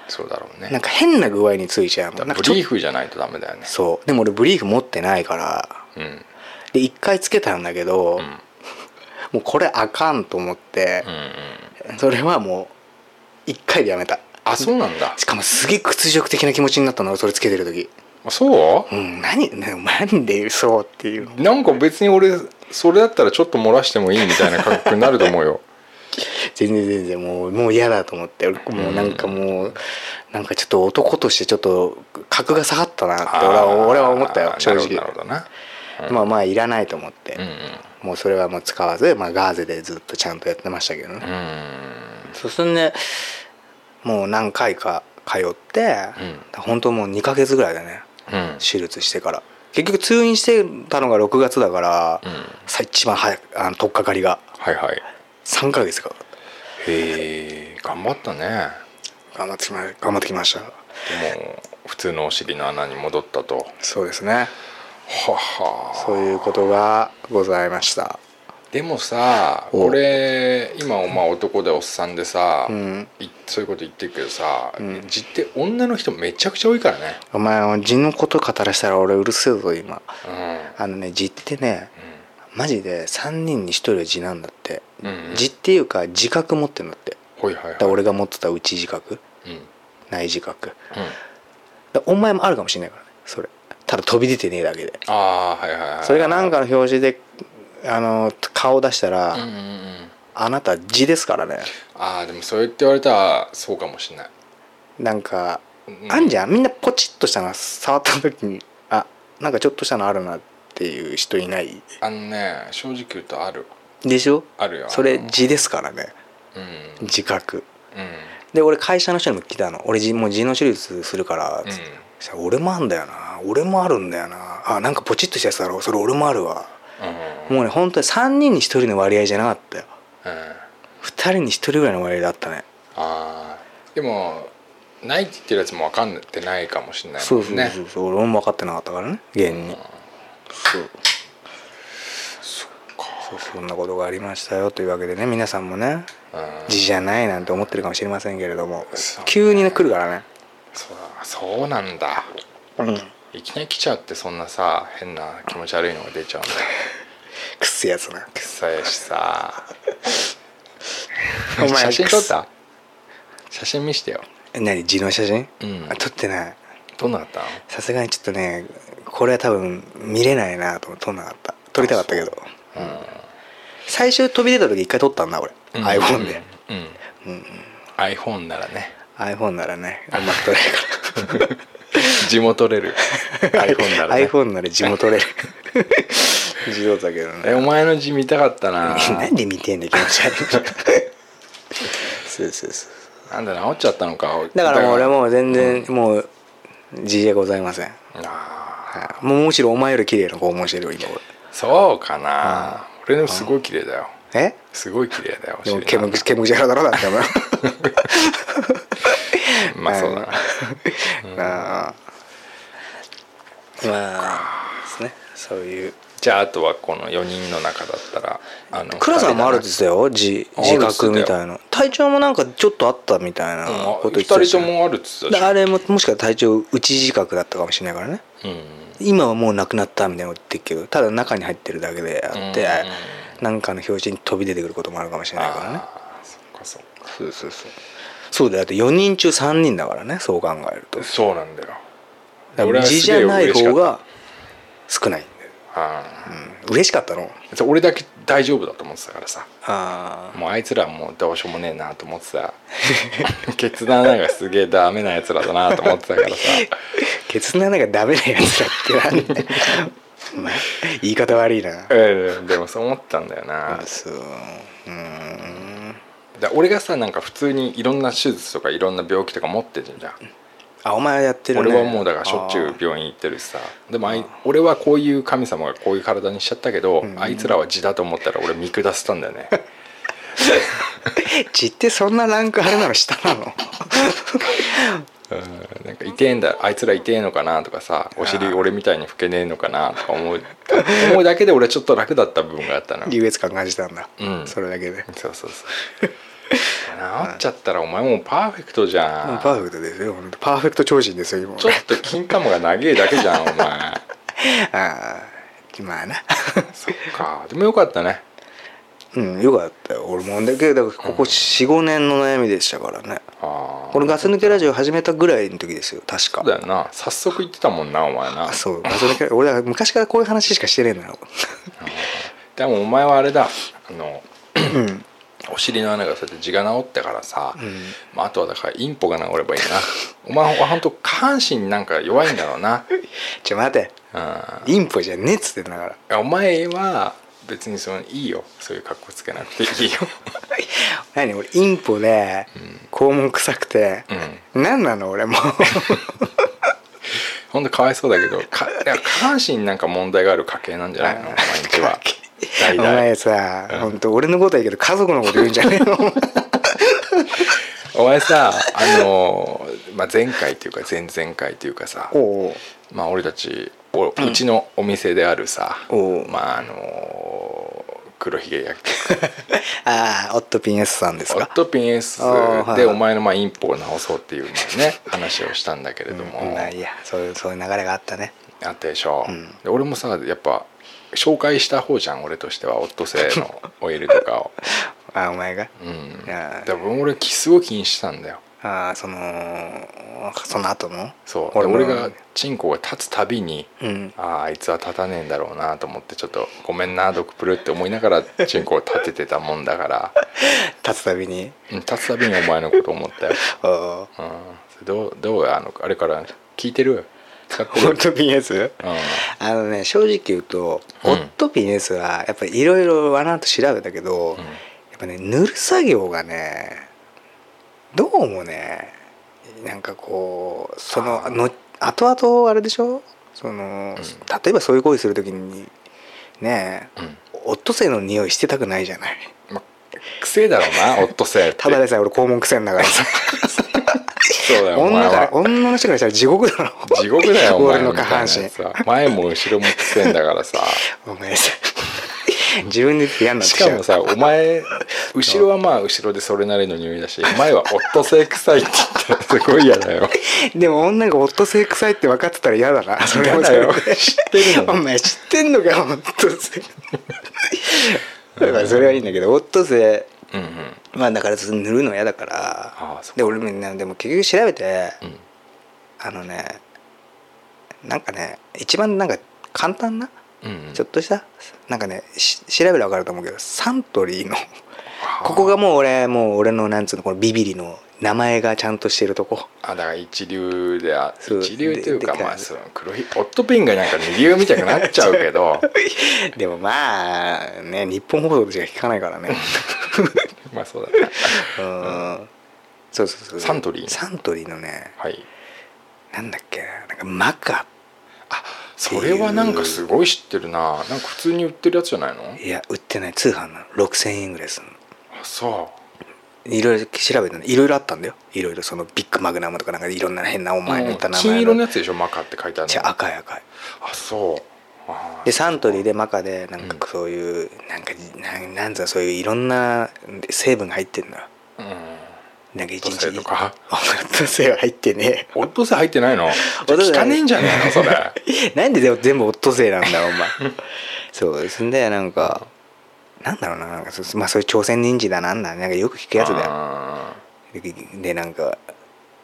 D: そうだろうね
C: なんか変な具合についちゃうも
D: だ
C: んな
D: から
C: んか
D: ブ
C: ちょ
D: リーフじゃないとダメだよね
C: そうでも俺ブリーフ持ってないから
D: うん
C: で一回つけたんだけど、
D: うんうん
C: もうこれあかんと思って
D: う、ん
C: それはもう一回でやめた
D: あそうなんだ
C: しかもすげえ屈辱的な気持ちになったの俺それつけてる時
D: あそ
C: うん何ねなんでそうっていう
D: うなんか別に俺それだったらちょっと漏らしてもいいみたいな感覚になると思 うよ
C: 全然全然もうもう嫌だと思って俺もうなんかもうなんかちょっと男としてちょっと格が下がったなって俺
D: あー
C: は俺は思ったよ正直
D: なるほどなるほどな、うん
C: まあまあいらないと思って、
D: うん
C: もうそれはもう使わず、まあ、ガーゼでずっとちゃんとやってましたけどね
D: うん
C: そうそんでもう何回か通って、本当もう2ヶ月ぐらいだね
D: うんうん
C: 手術してから結局通院してたのが6月だから、
D: うん
C: さ一番早くあの取っかかりが
D: はいはい
C: 3ヶ月かかっ
D: へえ頑張ったね
C: た頑張ってきま頑張ってきました
D: でも普通のお尻の穴に戻ったと
C: そうですね
D: はは
C: そういうことがございました
D: でもさ
C: お
D: 俺今お前男でおっさんでさ、
C: うん
D: いそういうこと言ってるけどさ、
C: うん
D: 実って女の人めちゃくちゃ多いからね
C: お前地のこと語らしたら俺うるせえぞ今
D: う
C: あのね地ってねマジで3人に1人は地なんだって
D: んうんうん
C: 地っていうか自覚持ってんだって
D: はいはい
C: だから
D: はい
C: 俺が持ってた内自覚
D: うんうん
C: 内自覚だからお前もあるかもしれないからねそれただ飛び出てねえだけで
D: ああーはいはいはい
C: それが何かの表示であの顔出したら、
D: うんうんうん
C: あなた字ですからね
D: ああでもそう言って言われたらそうかもしれない
C: なんか、
D: うん
C: あんじゃんみんなポチッとしたの触った時にあなんかちょっとしたのあるなっていう人いない
D: あのね正直言うとある
C: でしょ
D: あるよ
C: それ字ですからね
D: うんうん
C: 自覚で俺会社の人にも来たの俺字もう字の手術するから
D: うん
C: つって、そしたら俺もあんだよな俺もあるんだよなあなんかポチッとしたやつだろそれ俺もあるわ
D: うん
C: もうね本当に3人に1人の割合じゃなかったよ
D: うん
C: 2人に1人ぐらいの割合だったね
D: あーでもないって言ってるやつも分かんってないかもしれない
C: そ
D: も
C: うんそう
D: ね
C: そうそう、俺も分かってなかったからね現に、そうそうそんなことがありましたよというわけでね皆さんもね
D: うん
C: 字じゃないなんて思ってるかもしれませんけれども
D: そう
C: 急にね来るからね
D: そうだそうなんだ
C: うん
D: いきなり来ちゃうってそんなさ変な気持ち悪いのが出ちゃうんだよ
C: くっせえやつな
D: くっさいしさ
C: お前
D: 写真撮った写真見してよ
C: え何字の写真、
D: うん
C: あ撮ってない
D: どんなだったの
C: さすがにちょっとねこれは多分見れないなと思って撮んなかった撮りたかったけどうん最初飛び出た時一回撮ったんだ俺、
D: うん
C: iPhone で、
D: うん、うん iPhone ならね
C: iPhone ならねあんま撮れないから
D: 地元 取れる iPhone なら、ね、
C: iPhone なら地元で自動だけど
D: え
C: ね
D: お前の字見たかった な
C: なんで見てんだよ気持ち悪いそうそうそう
D: なんだ治っちゃったのか
C: だからもう俺はもう全然もう字じゃございません
D: あ
C: はいもうむしろお前より綺麗な拷問してるよ今
D: ーそうかな俺のすごい綺麗だよ
C: 俺え
D: すごい綺麗だよお
C: でも
D: 尻
C: 煙煙じゃらだろだってお前
D: まあそうだな
C: あーまあですねそういう
D: じゃああとはこの4人の中だったらあの
C: 倉さんもあるっ
D: 二
C: て言ってたよ自
D: あるっつって
C: 自
D: たよ
C: 覚みたいな体調もなんかちょっとあったみたいな
D: 人だな
C: こ
D: う
C: と言
D: ん二
C: ってたし
D: 人ともあるっつって
C: だ
D: た
C: あれももしかしたら体調内自覚だったかもしれないからね
D: しうん
C: 今はもうなくなったみたいなこと言ってるけどただ中に入ってるだけであって
D: うん
C: 何かの表示に飛び出てくることもあるかもしれないからね
D: あーそっかそっか
C: そうそうそうそうだよだって4人中3人だからねそう考えると
D: そうなんだよ
C: だから
D: 俺は
C: 字
D: す
C: じ
D: げえ
C: ゃない
D: 嬉しか
C: 方
D: っ
C: が少ないんだよ
D: たあ
C: 嬉しかったの
D: ーそう俺だけ大丈夫だと思ってたからさ
C: あ
D: もうあいつらもうどうしようもねえなと思って た決断なんかすげえダメなやつらだなと思ってた からさ
C: ーケツの穴がダメなやつだってなんだお前言い方悪いな
D: うんでもそう思ったんだよな
C: あそううーん
D: だ俺がさなんか普通にいろんな手術とかいろんな病気とか持ってるじゃん
C: あお前やってるね
D: 俺はもうだからしょっちゅう病院行ってるしさでもあい俺はこういう神様がこういう体にしちゃったけど、あいつらは地だと思ったら俺見下したんだよね
C: あー血ってそんなランクあるなの下な の
D: うんなんか痛えんだあいつら痛えのかなとかさお尻俺みたいに老けねえのかなとか思う思うだけで俺はちょっと楽だった部分が あったの
C: 優越感感じたんだ、
D: うん
C: それだけで
D: そうそうそう治っちゃったらお前もうパーフェクトじゃん
C: パーフェクトですよ本当パーフェクト超人ですよ今
D: ちょっと金玉が長えだけじゃんお前
C: ああまあな
D: そっかでもよかったね
C: うんよかったよ俺もんだけどだからここ45年の悩みでしたからね
D: ああ
C: このガス抜けラジオ始めたぐらいの時ですよ確か
D: そうだよな早速言ってたもんなお前な
C: あそうガス抜け俺は昔からこういう話しかしてねえんだろ
D: でもお前はあれだあのお尻の穴がそうやって血が治ってからさ、まあ、あとはだからインポが治ればいいなお前は本当下半身なんか弱いんだろうな、
C: ちょ待て
D: うんい
C: インポじゃねえっつってんだから
D: や、お前は別にそのいいよそういう格好つけなくていいよ
C: 何俺インポで肛門臭くて、何なの俺もう
D: 本当かわいそうだけどかいや下半身になんか問題がある家系なんじゃないの毎 日は
C: お
D: 代々
C: 前さ、本当俺のことはいいけど家族のこと言うんじゃねえの
D: お前さあの、まあ、前回というか前々回というかさ
C: おう
D: まあ、俺たちおうちのお店であるさ、
C: おう
D: まああの黒ひげ焼き
C: ああオットピン S さんです
D: オ
C: か
D: ットピン S
C: あーはい
D: でお前のまあインポを直そうっ ていうまあね話をしたんだけれども、
C: うんまあいやそういうそういう流れがあったね
D: あったでしょ、で俺もさやっぱ紹介した方じゃん俺としてはオットセイのオイルと かを、
C: あお前が、
D: うん、
C: いや
D: でも俺キスを気にしてたんだよ
C: ああそのその後の
D: そうで
C: 俺
D: 俺
C: も
D: がチンコが立つたびに、
C: うん
D: あああいつは立たねえんだろうなと思ってちょっとごめんなドクプルって思いな がらチンコを立ててたもんだから
C: 立つたびに
D: うん立つたびにお前のこと思ったよ、
C: おう
D: うん、それどうどうあのあれから聞いてる使って
C: オ
D: る
C: ットピン S?
D: うん
C: あのね正直言うと、
D: うん
C: オットピン S はやっぱりいろいろわなと調べたけど、やっぱね塗る作業がねどうもねなんかこうそのの後々あれでしょその、例えばそういう行為する時にねえ、オットセイの匂いしてたくないじゃない
D: 癖だろうなオットセイって
C: ただでさえ俺肛門くせんだからさ
D: そうだよお前
C: 女から
D: は
C: 女の人からしたら地獄だろ
D: 地獄だよお前
C: 俺の
D: み
C: 下
D: た
C: 半
D: いな
C: 身
D: やつは前も後ろも癖だか らさ
C: お前さ自分で言って嫌になって
D: し
C: きち
D: か
C: ゃう
D: もさお前後ろはまあ後ろでそれなりの匂いだし前はオットセイ臭いって言ったらすごい嫌だよ
C: でも女がオットセイ臭いって分かってたら嫌だなそれも
D: 嫌だよ知ってるの
C: お前知ってんのかオットセイだからそれはいいんだけどオットセイ
D: うんうん
C: まあだから塗るのは嫌だか
D: あ
C: ら
D: あそっか
C: で俺もねでも結局調べて、
D: ん
C: あのねなんかね一番なんか簡単な、
D: うんうん
C: ちょっとしたなんかねし調べれば分かると思うけどサントリーのここがもう俺もう俺のなんつうのこのビビリの名前がちゃんとしてると こ
D: あだから一流であ
C: そう
D: 一流というか
C: でで
D: まあその黒ひオットピンがなんか二流みたいになっちゃう けど
C: でもまあね日本放送でしか聞かないからね
D: まあそうだね
C: うんそうそうそう
D: サントリー
C: サントリーのね
D: はい
C: なんだっけななんかマカ
D: それはなんかすごい知ってるななんか普通に売ってるやつじゃないの
C: いや売ってない通販なの6,000円ぐらいするの
D: あそ
C: いろいろ調べたのいろいろあったんだよいろいろそのビッグマグナムとかなんかいろんな変なお
D: う
C: 前の言った名前
D: 金色のやつでしょマカって書いてある
C: 違う
D: の
C: 赤い赤い
D: あそうあ
C: でサントリーでマカでなん
D: う
C: かそういう、なんかなんなんつうのそういういろんな成分が入ってんのよ
D: うん
C: なんか一
D: オットセ
C: 日
D: イとか
C: お前オットセイは入ってねえ
D: オットセイ入ってないのじゃ
C: オットセイ
D: あ汚ねえんじゃねえ のそれ
C: なんででも全部オットセイなんだよお前 そうですんでなんかなんだろうななんかそ,、まあ、そういう朝鮮人参だなんだなんかよく聞くやつだよ
D: あ
C: でなんか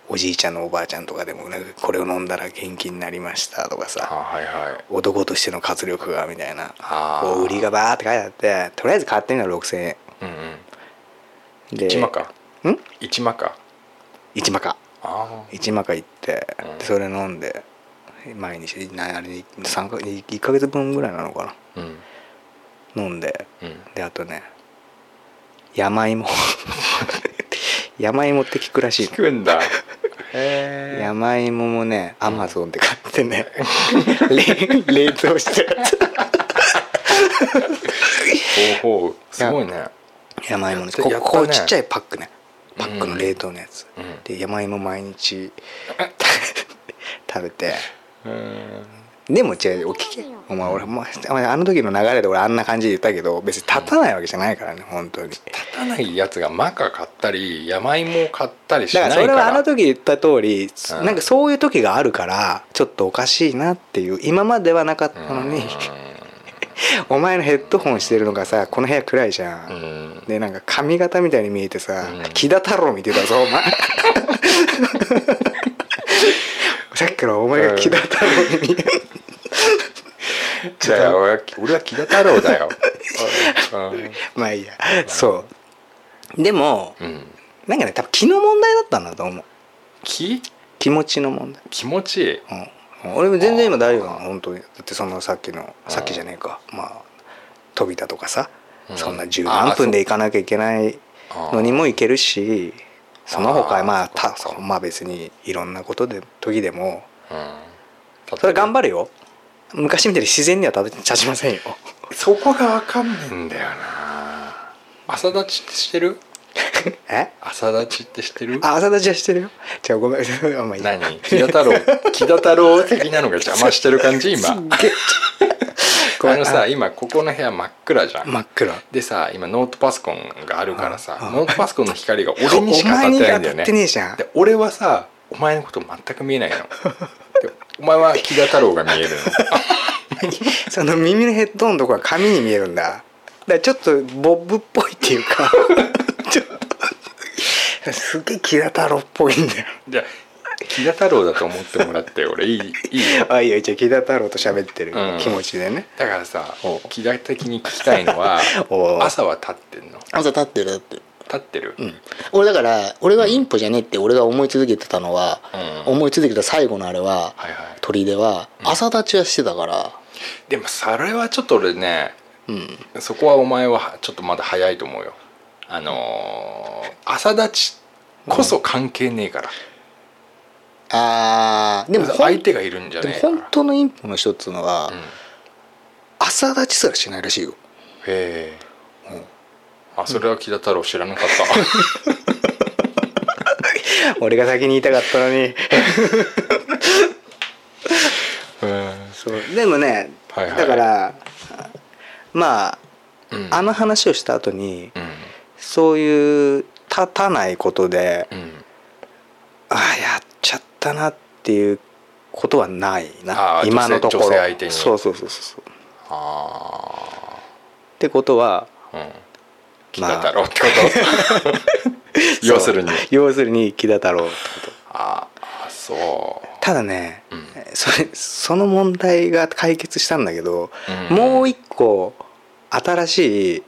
C: おじいちゃんのおばあちゃんとかでもなんかこれを飲んだら元気になりましたとか
D: あ
C: さ
D: はいはい
C: 男としての活力がみたいな
D: あー
C: こう売りがバーって書いてあってとりあえず買ってみたら6000円
D: うんうん
C: で
D: 一マカ
C: ん
D: 一マカ
C: 1マカ
D: あ
C: 一マカ行って
D: うん
C: でそれ飲んで毎日なあれ3か1か月分ぐらいなのか
D: あうん
C: な飲んで
D: うん
C: であとね山芋 山芋って聞くらしい
D: 聞くんだへえ
C: 山芋もねアマゾンで買ってね冷冷凍して
D: ほうほうすごいね
C: 山芋の
D: やった
C: こ
D: やったね
C: こうちっちゃいパックねパックの冷凍のやつ、
D: うん
C: で山芋毎日食べて
D: うん
C: でも違うお聞けお前俺もうお前あの時の流れで俺あんな感じで言ったけど別に立たないわけじゃないからね本当にだ
D: 立たないやつがマカ買ったり山芋を買ったりし
C: か
D: ない
C: ら
D: から
C: それはあの時言った通り
D: うん
C: なんかそういう時があるからちょっとおかしいなっていう今まではなかったのにお前のヘッドホンしてるのがさこの部屋暗いじゃ
D: うんうん
C: でなんか髪型みたいに見えてさ、
D: うん
C: 木田太郎見てたぞお 前さっきからお前が木田太郎に見える、
D: じゃあ俺は俺は木田太郎 だよう
C: まあいいやそうでも
D: んうん
C: なんかね多分気の問題だったんだと思う
D: 気
C: 気持ちの問題
D: 気持ちいい
C: うん俺も全然今大丈夫なの本当にだってそのさっきの
D: うん
C: さっきじゃねえかまあ飛びたとかさ、
D: うん
C: そんな十
D: あ
C: 何分で行かなきゃいけないのにも行けるしその他
D: あ
C: まあ
D: そっか
C: た
D: そっか
C: まあ別にいろんなことで時でも
D: うん
C: それは頑張るよ昔みたいに自然には立て立ちませんよ
D: そこがわかんねえんだよな朝立ちってしてる
C: え
D: 朝立ちってしてる
C: あ朝立ちはしてるよじゃあごめん あんまいいや
D: 何木田太郎木田太郎的なのが邪魔してる感じ 今
C: すっげえ ごめ
D: あ
C: ん
D: のさ今ここの部屋真っ暗じゃん
C: 真っ暗
D: でさ今ノートパソコンがあるからさ
C: ああ
D: ノートパソコンの光が俺にしか当たってないんだよ
C: お前に当たってねえ
D: ね
C: じゃん
D: で俺はさお前のこと全く見えない のでお前は木田太郎が見えるの
C: その耳のヘッドホンのとこは紙に見えるんだだからちょっとボブっぽいっていうかちょっとすげえ木田太郎っぽいんだよ
D: じゃあ木田太郎だと思ってもらって俺いいいいよ
C: あいいよ一応木田太郎と喋ってる
D: うん
C: 気持ちでね、
D: だからさ
C: お
D: 木田的に聞きたいのは
C: お
D: 朝は立ってんの
C: 朝立ってるだって
D: 立ってる、
C: うん、俺だから俺はインポじゃねえって俺が思い続けてたのは、
D: うん
C: 思い続けた最後のあれは、
D: はいはい
C: 鳥では朝立ちはしてたから、
D: でもそれはちょっと俺ね
C: うん、
D: そこはお前はちょっとまだ早いと思うよあのー朝立ちこそ関係ねえから、
C: あーでもほん
D: 相手がいるんじゃ
C: でも
D: ねえから
C: 本当のインポの人っつうのは、
D: うんへ
C: 朝立ちすらしないらしい よ
D: え、あそれは木田太郎知らなかっ
C: 俺が先に言いたかったのに
D: たうん
C: そうでもね、
D: はいはい
C: だからまあ
D: うん
C: あの話をした後に、
D: うん
C: そういう立たないことで、
D: うん
C: ああやっちゃったなっていうことはない
D: あ
C: な
D: あ
C: 今のところ
D: 女性女性相手に
C: そうそうそうそう
D: あ
C: ってことは
D: あうん木
C: まあ
D: 田太郎ってこと、 要するに
C: そう要するに木田太郎ってこと
D: ああそう
C: ただね、
D: うん
C: それその問題が解決したんだけど、
D: うん
C: もう一個新しい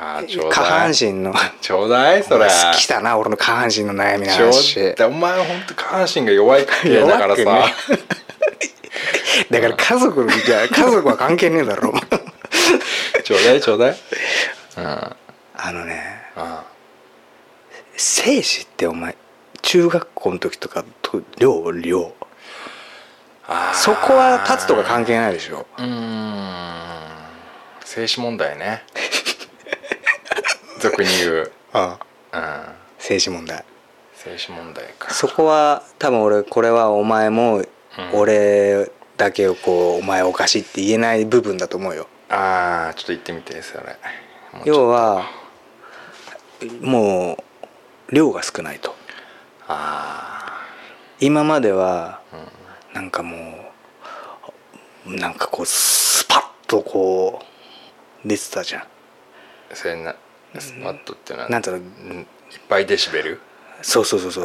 D: ああちょうだい
C: 下半身の
D: ちょうだいそれ
C: 好きだな俺の下半身の悩みの
D: ちょ
C: 話
D: うだいお前は本当下半身が弱い系だからさ、
C: 弱く だから家族じ ゃ家族は関係ねえだろ
D: ちょうだいちょうだいうんあ
C: あのね
D: あ
C: 生死ってお前中学校の時とかと量量
D: あー
C: そこは立つとか関係ないでしょ
D: うーん静止問 題ね俗に言う、
C: ああ
D: うん、
C: 生死問題
D: 静止問題か
C: そこは多分俺これはお前も俺だけをこうお前おかしいって言えない部分だと思うよ
D: ああちょっと言ってみてそれもうちょっと
C: 要はもう量が少ないと
D: あ
C: 今までは
D: あ、うん
C: なんかもうなんかこうスパッとこう出てたじゃん
D: それなスマットってのは
C: なんつうの
D: んいっぱいデシベル
C: そうそうそうそう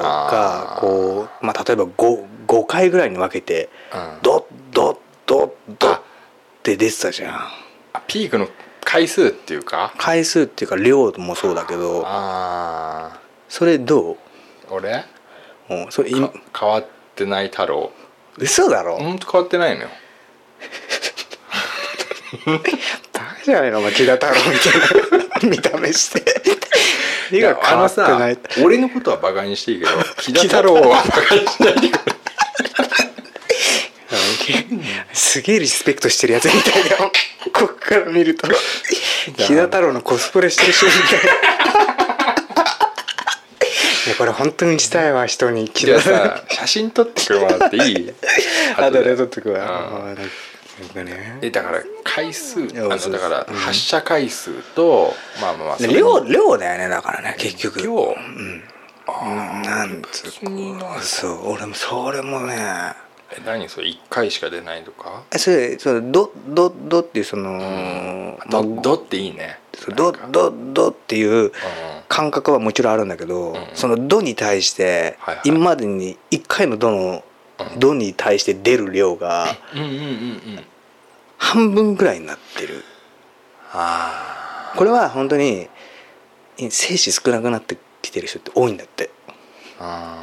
C: が
D: あー
C: こう、まあ、例えば 5, 5回ぐらいに分けて
D: うん
C: ドッドッドッドッっ
D: あ
C: て出てたじゃん
D: あピークの回数っていうか
C: 回数っていうか量もそうだけど
D: あ
C: それどう
D: あ俺
C: うんそれい
D: か変わってない太郎
C: 嘘だろ
D: ほんと変わってないのよ
C: バカじゃないのお前木田太郎みたいな見た目して絵が変わって
D: いや
C: な
D: あ
C: い
D: のさ俺のことはバカにしていい けど木田太郎はバカにしないでくれ
C: すげえリスペクトしてるやつみたいなこっから見ると木田太郎のコスプレしてる人みたいないやこれ本当にしたいわ人に木
D: じゃ
C: 田
D: あ
C: 太郎
D: さ写真撮ってもらっていい
C: あと
D: 後
C: で
D: で
C: 撮ってくわ
D: うん
C: あーなんかね
D: えだから回数
C: や
D: あの
C: そう
D: だ
C: です
D: から
C: うん
D: 発射回数と、まあまあまあそれに
C: 量量だよねだからね結局
D: 量
C: うんなんつ
D: 別に
C: う
D: な
C: かそう俺もそれもね
D: え何それ1回しか出ないとか
C: えそれそのドドドっていうその、まあ
D: ドドっていいね
C: そうド
D: なんか
C: ドドっていう
D: うん
C: 感覚はもちろんあるんだけど、
D: ん
C: そのドに対して、
D: はいはい
C: 今までに1回のドの、ドに対して出る量が
D: うんうんうんうん
C: 半分ぐらいになってる
D: あ
C: これは本当に精子少なくなってきてる人って多いんだって
D: ーあ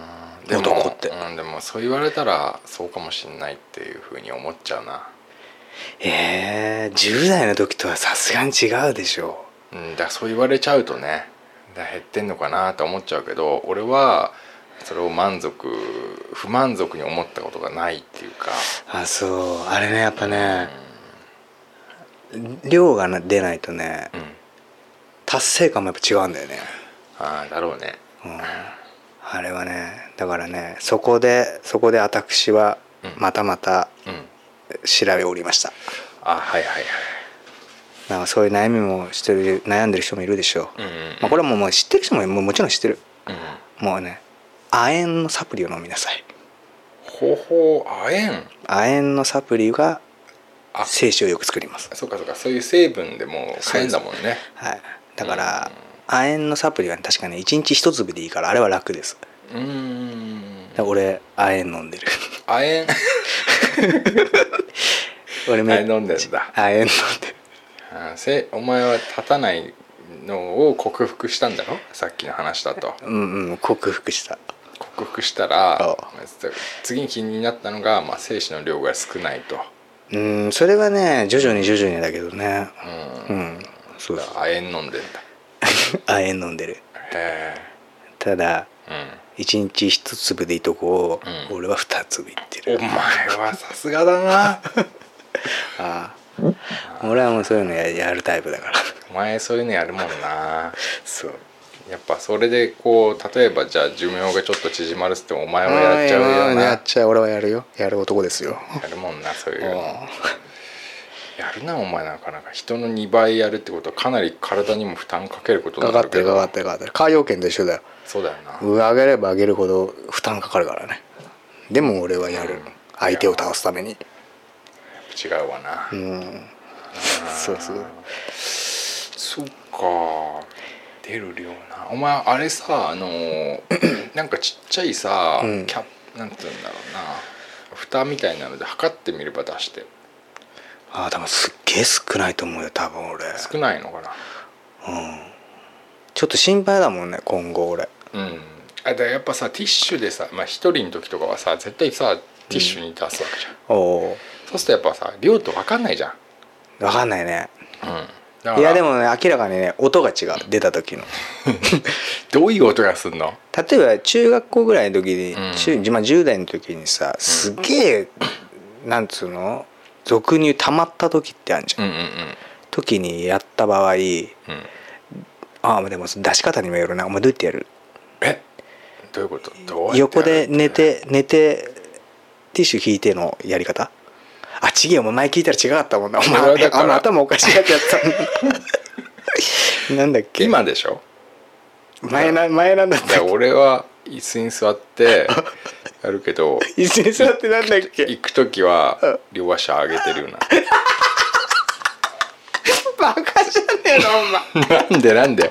D: ー
C: 男って
D: うん、でもそう言われたらそうかもしんないっていうふうに思っちゃうな、
C: えー、10代の時とはさすがに違うでしょ
D: うん、だからそう言われちゃうとねだから減ってんのかなと思っちゃうけど俺はそれを満足不満足に思ったことがないっていうか
C: あそうあれねやっぱね、量がな出ないとね
D: うん
C: 達成感もやっぱ違うんだよね
D: ああだろうね
C: うんあれはねだからねそこでそこで私は
D: うん
C: またまた
D: うん
C: 調べおりました、
D: あはいはいはい
C: なんかそういう悩みもしてる悩んでる人もいるでしょう、
D: うんうんうん
C: まあ、これはもうもう知ってる人ももうもちろん知ってる
D: うん
C: もうね亜鉛のサプリを飲みなさい
D: ほほあえん
C: 亜鉛のサプリが
D: あ
C: 精子をよく作ります
D: そうかそうかそういう成分でもう変えんだもんね
C: はいだから亜鉛のサプリはね確かね1日1粒でいいからあれは楽です
D: うーん
C: だから俺亜鉛飲んで る
D: あえん
C: 俺め
D: あ
C: っ
D: れ飲んでんだ
C: 亜鉛飲んでる
D: あせお前は立たないのを克服したんだろさっきの話だと
C: うんうん克服した
D: 克服したら
C: あ
D: 次に気になったのが、まあ、精子の量が少ないと
C: うんそれはね徐々に徐々にだけどね
D: うん
C: うんそうそう
D: あえん飲んでんだ
C: 亜鉛飲んでる
D: へ
C: ただ
D: え
C: 1日1粒でいいとこを、
D: うん
C: 俺は2粒いって
D: うん
C: る
D: お前はさすがだな
C: ああ俺はもうそういうのややるタイプだから
D: お前そういうのやるもんな
C: そう
D: やっぱそれでこう例えばじゃあ寿命がちょっと縮まるっつってもお前はやっちゃうよな
C: やっ
D: や
C: ちゃう俺はやるよやる男ですよ
D: るもんなそういう
C: うん
D: のやるなお前なかなか人の2倍やるってことはかなり体にも負担かけること
C: か
D: に
C: か
D: な
C: っ
D: る
C: て
D: け
C: る
D: ど
C: かかってるかかってる海洋圏と一緒だよ
D: そうだよな
C: 上げれば上げるほど負担かかるからねでも俺はやる、
D: うん
C: 相手を倒すために
D: 違うわな、
C: うんそうそう
D: そっか出る量なお前あれさあのー なんかちっちゃいさ、
C: うん
D: キャップなんて言うんだろうな蓋みたいなので測ってみれば出して
C: ああ多分すっげえ少ないと思うよ多分俺
D: 少ないのかな
C: ちょっと心配だもんね今後俺
D: うんあだからやっぱさティッシュでさまあ、一人の時とかはさ絶対さティッシュに出すわけじゃん、
C: おお
D: そうするとやっぱさ量って分かんないじゃん、
C: 分かんないね
D: うん、だから
C: いやでもね明らかにね音が違う出た時の
D: どういう音がすんの
C: 例えば中学校ぐらいの時に、
D: うん
C: 中まあ10代の時にさすげえ、なんつうの俗に言う溜まった時ってあるじゃん、
D: うんうんうん
C: 時にやった場合あ
D: うん
C: あでも出し方にもよるなお前どうやってやる
D: えどういうことどうやって
C: 横で
D: やる
C: 寝て寝てティッシュ引いてのやり方あちげえお前前聞いたら違かったもんなお
D: 俺は
C: 前
D: だから
C: あの頭おかしいやつや ったなんだっけ
D: 今でしょ
C: 前な前なんだっ
D: いや
C: た
D: 俺は椅子に座ってやるけど
C: 椅子に座ってなんだっけ
D: 行く時は両足上げてるよう
C: バカじゃねえのお前
D: ななんでなんで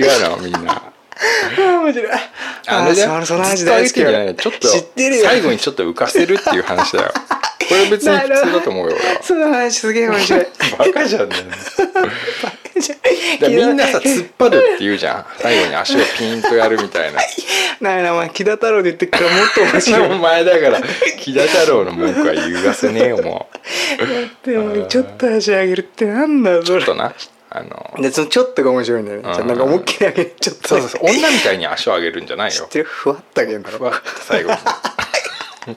D: 違うのみんな
C: あ面白い
D: あ
C: ー
D: れだよ
C: そのその話
D: ずっと上
C: 大
D: げ
C: 好き
D: てんじゃない
C: よ
D: のちょっと
C: 知ってるよ
D: 最後にちょっと浮かせるっていう話だよこれ別に普通だと思うよ俺 は
C: その話すげえ面 白い
D: バカじゃんねだからみ んなさ突っ張るって言うじゃん最後に足をピーンとやるみたいな
C: なあなあお前木田太郎で言ってっからもっと面
D: そ れ
C: 白い
D: お前だから木田太郎の文句は言わせねえよも
C: でもちょっと足上げるってなんだよそうれ
D: ちょっとなあの
C: でそのちょっとが面白いんだよね
D: うん
C: じゃあなんか思いっきり上げるちょっと
D: そうそうそう女みたいに足を上げるんじゃない
C: 知っ
D: よ
C: てるふわっと上げるんだろ
D: ふわっと最後に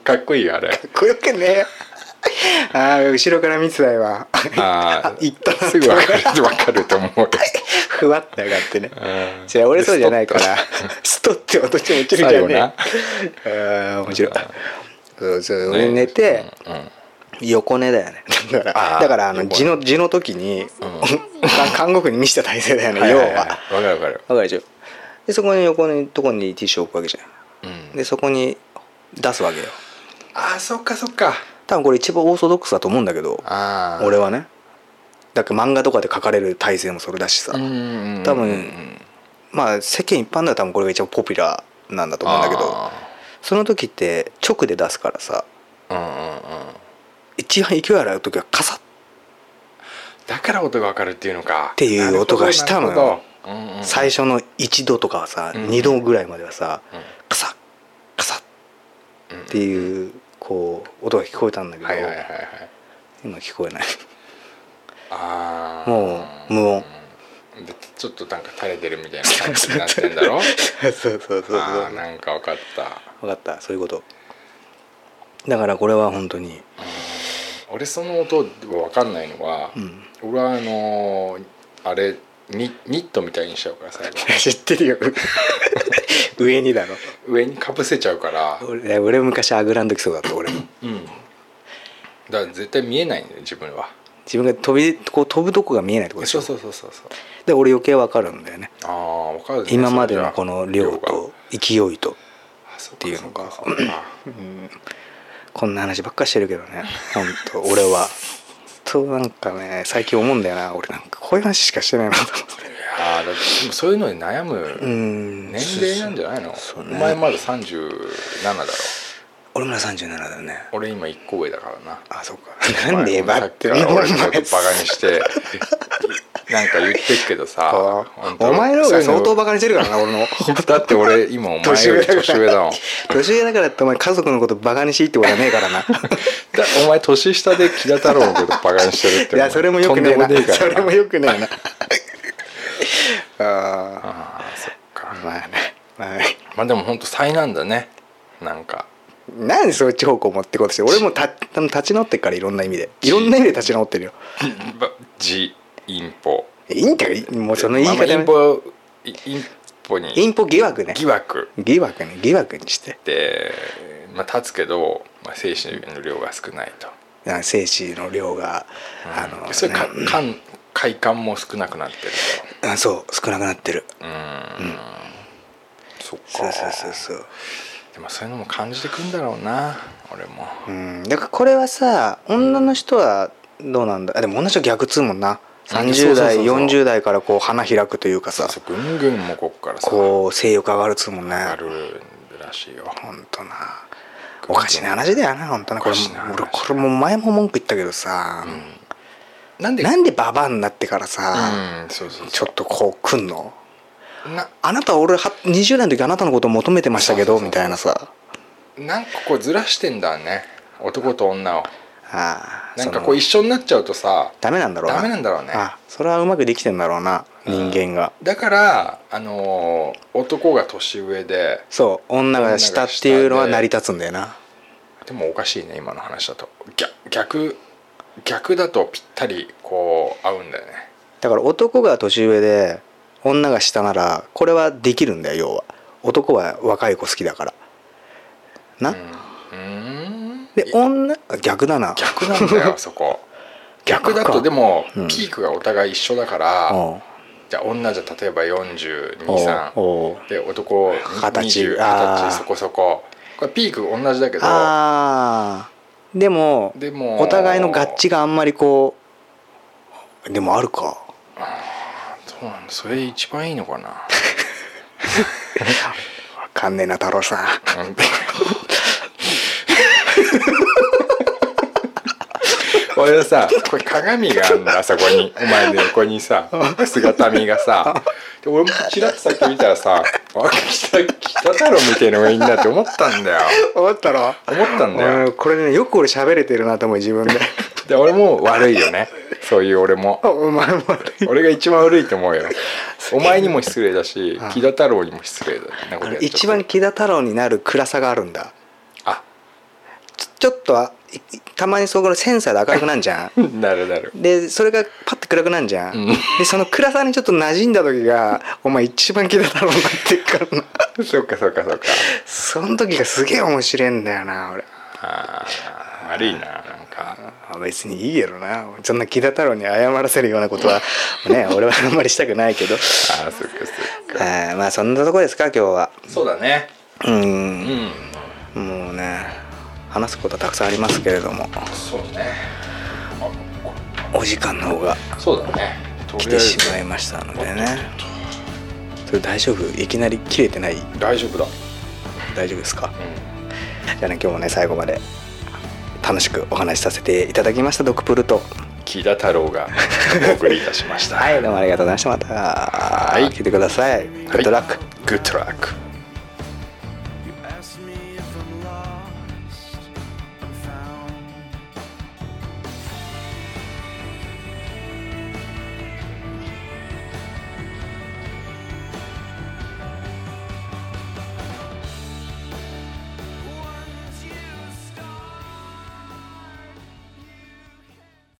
D: かっこいいよあれ
C: これよくねえよ ああ後ろから見てたよわ
D: ああ
C: 行ったな
D: すぐ分かる分かると 思うよ
C: ふわって上がってね
D: うん
C: じゃあ俺そうじゃないから
D: で
C: ストって落として落ちるじゃんねああ面白いそうそう俺寝て
D: うんうん
C: 横寝だよねだから
D: あー
C: だからあの
D: 横
C: 地の地の時に 看護婦に見せた体勢だよね
D: はい
C: 要
D: は
C: はい
D: はいわかるわかる
C: わかるでしょでそこに横のとこにティッシュ置くわけじゃん
D: うん
C: でそこに出すわけよ
D: ああそっかそっか
C: 多分これ一番オーソドックスだと思うんだけど
D: ああ
C: 俺はねだって漫画とかで書かれる体勢もそれだしさ、多
D: 多
C: 分まあ世間一般では多分これが一番ポピュラーなんだと思うんだけどその時って直で出すからさ
D: うんうんうん
C: 一番勢いある時はカサッ
D: だから音がわかるっていうのか
C: っていう音がしたのよ
D: なるほどなるほどうんうん
C: 最初の1度とかはさ、
D: うん
C: 2度ぐらいまではさ、
D: うん
C: カサッカサッっていうこう音が聞こえたんだけど、
D: はいはいはいはい
C: 今聞こえない
D: ああ
C: もう無 音
D: でちょっとなんか垂れてるみたいな感じになってんだろ
C: そうそうそうそう
D: ああなんかわかった
C: 分かったそういうことだからこれは本当 に
D: 俺その音がわかんないのは
C: うん
D: 俺はあのーあれニニットみたいにしちゃうから最後
C: 知ってるよ上にだろ
D: 上にかぶせちゃうから
C: 俺俺昔あぐらん時そうだった俺も
D: うんだから絶対見えないんだよ自分は
C: 自分が飛びこう飛ぶとこが見えないってことでし
D: そ
C: ょ
D: うそうそうそうそう
C: で俺余計わかるんだよね
D: ああわかるね
C: 今までのこの量と勢いと
D: って
C: いうのが
D: う
C: こんな話ばっかしてるけどね本当俺はそうなんかね最近思うんだよな俺なんかこういう話しかしてないなと思って
D: ああでもそういうのに悩
C: う
D: む
C: ん
D: 年齢なんじゃないの
C: そう
D: お
C: ね
D: 前まだ37だろ
C: 俺村37だよね
D: 俺今1個上だからな
C: あそうかなんで
D: お前
C: ば
D: もさ
C: っ
D: き
C: て
D: から俺のことバカ
C: 前
D: にしてなんか言ってるけどさ本当
C: お前の方が相当
D: そう
C: バカにしてるからな俺の
D: いうのだって俺今お前より年上だもん
C: 年上だからってお前家族のことバカにしていいってことはねえから な
D: だお前年下で木田太郎のことバカにしてるって
C: いやそれもよくねえな
D: とんでもねえか
C: そ
D: ら
C: れもよくね えなあ
D: ああそっか
C: あまあねまあね
D: まあでも本当災難だねなんか
C: なんでそっち方向持ってこうとして俺もた多分立ち直ってっからいろんな意味でいろんな意味で立ち直ってるよ
D: ばジインポ
C: いいんだよもうその言い
D: まあま
C: 方、
D: あイン
C: ね、
D: ポイインポに
C: インポ疑惑ね
D: 疑惑
C: 疑惑ね疑惑にして
D: で、まあ、立つけど、まあ、精子の量が少ないと、
C: あ精子の量が、あの
D: それか
C: ね
D: かん快感も少なくなってる
C: あそう少なくなってる
D: とうーん、そっか
C: そうそうそうそう
D: でもそういうのも感じてくんだろうな俺も、
C: うんだからこれはさ女の人はどうなんだあでも女の人は逆通もんな
D: そう
C: 30
D: そう
C: 代
D: そうそう
C: 40代からこう花開くというかさ
D: そうぐんぐんもこっからさ
C: こう性欲上がるつもんね
D: あるらしいよ
C: ほんとなおかしな話だよなほんとなこれ
D: おかしな話
C: 俺これもう前も文句言ったけどさ、
D: なんで
C: なんでババアになってからさ、
D: うんそうそうそう
C: ちょっとこう来んの
D: な
C: あなたは俺は20代の時あなたのことを求めてましたけど
D: そうそうそうそう
C: みたいなさ
D: なんかこうずらしてんだね男と女を
C: ああ
D: なん
C: そ
D: か
C: の
D: こう一緒になっちゃうとさ
C: ダメなんだろうな
D: ダメなんだろうね
C: あそれはうまくできてんだろうな人間が、
D: だからあのー男が年上で
C: そう女が下っていうのは成り立つんだよな
D: でもおかしいね今の話だと逆逆逆だとぴったりこう合うんだよね
C: だから男が年上で女が下ならこれはできるんだよ要は男は若い子好きだからな、
D: うーん
C: で女あ逆だな
D: 逆なんだよそこ
C: 逆
D: 逆
C: か
D: だとでも
C: うん
D: ピークがお互い一緒だか ら、
C: おう
D: じゃあ女じゃ例えば
C: おう
D: 423
C: おう
D: で男
C: 20
D: 2020
C: あー
D: 歳そこそここれピーク同じだけど
C: あーでも
D: でも
C: お互いの合致があんまりこうでもあるか
D: そうなんだそれ一番いいのかな
C: わかんねえな太郎さん
D: 俺はさこれ鏡があるんだあそこにお前の横にさ姿見がさで俺もちらっとさっき見たらさあ北北太郎みたいのがいいんだって思ったんだよ
C: 思ったろ
D: 思ったんだよ
C: うんこれねよく俺喋れてるなと思う自分で
D: で俺も悪いよねそういう俺も
C: あお前も悪い
D: 俺が一番悪いと思うよお前にも失礼だし木田太郎にも失礼だねなんか
C: あ
D: これ
C: の一番木田太郎になる暗さがあるんだ
D: あ
C: ちょちょっとあいいたまにそこのセンサーで明るくなんじゃん
D: なるなる
C: でそれがパッて暗くなんじゃん、
D: うん
C: でその暗さにちょっと馴染んだ時がお前一番気だだろうなってっからな
D: そっかそっかそっか
C: その時がすげえ面白いんだよな俺
D: あー悪いななんか
C: あ別にいいやろなそんな木田太郎に謝らせるようなことは ね俺はあんまりしたくないけど
D: あーそっかそっか
C: あーまあそんなとこですか今日は
D: そうだね
C: う
D: うんん
C: もうね話すことはたくさんありますけれども
D: そうね
C: お時間の方が
D: そうだねと
C: 来
D: りあえ
C: て
D: ず
C: しまいましたのでねそれ大丈夫いきなり切れてない
D: 大丈夫だ
C: 大丈夫ですか
D: うん
C: じゃあね今日もね最後まで楽しくお話しさせていただきましたドクプルと
D: 木田太郎がお送りいたしまし た
C: はいどうもありがとうございましたまた
D: い
C: 聞いてくださいグッドラック、
D: グッドラック
B: You asked me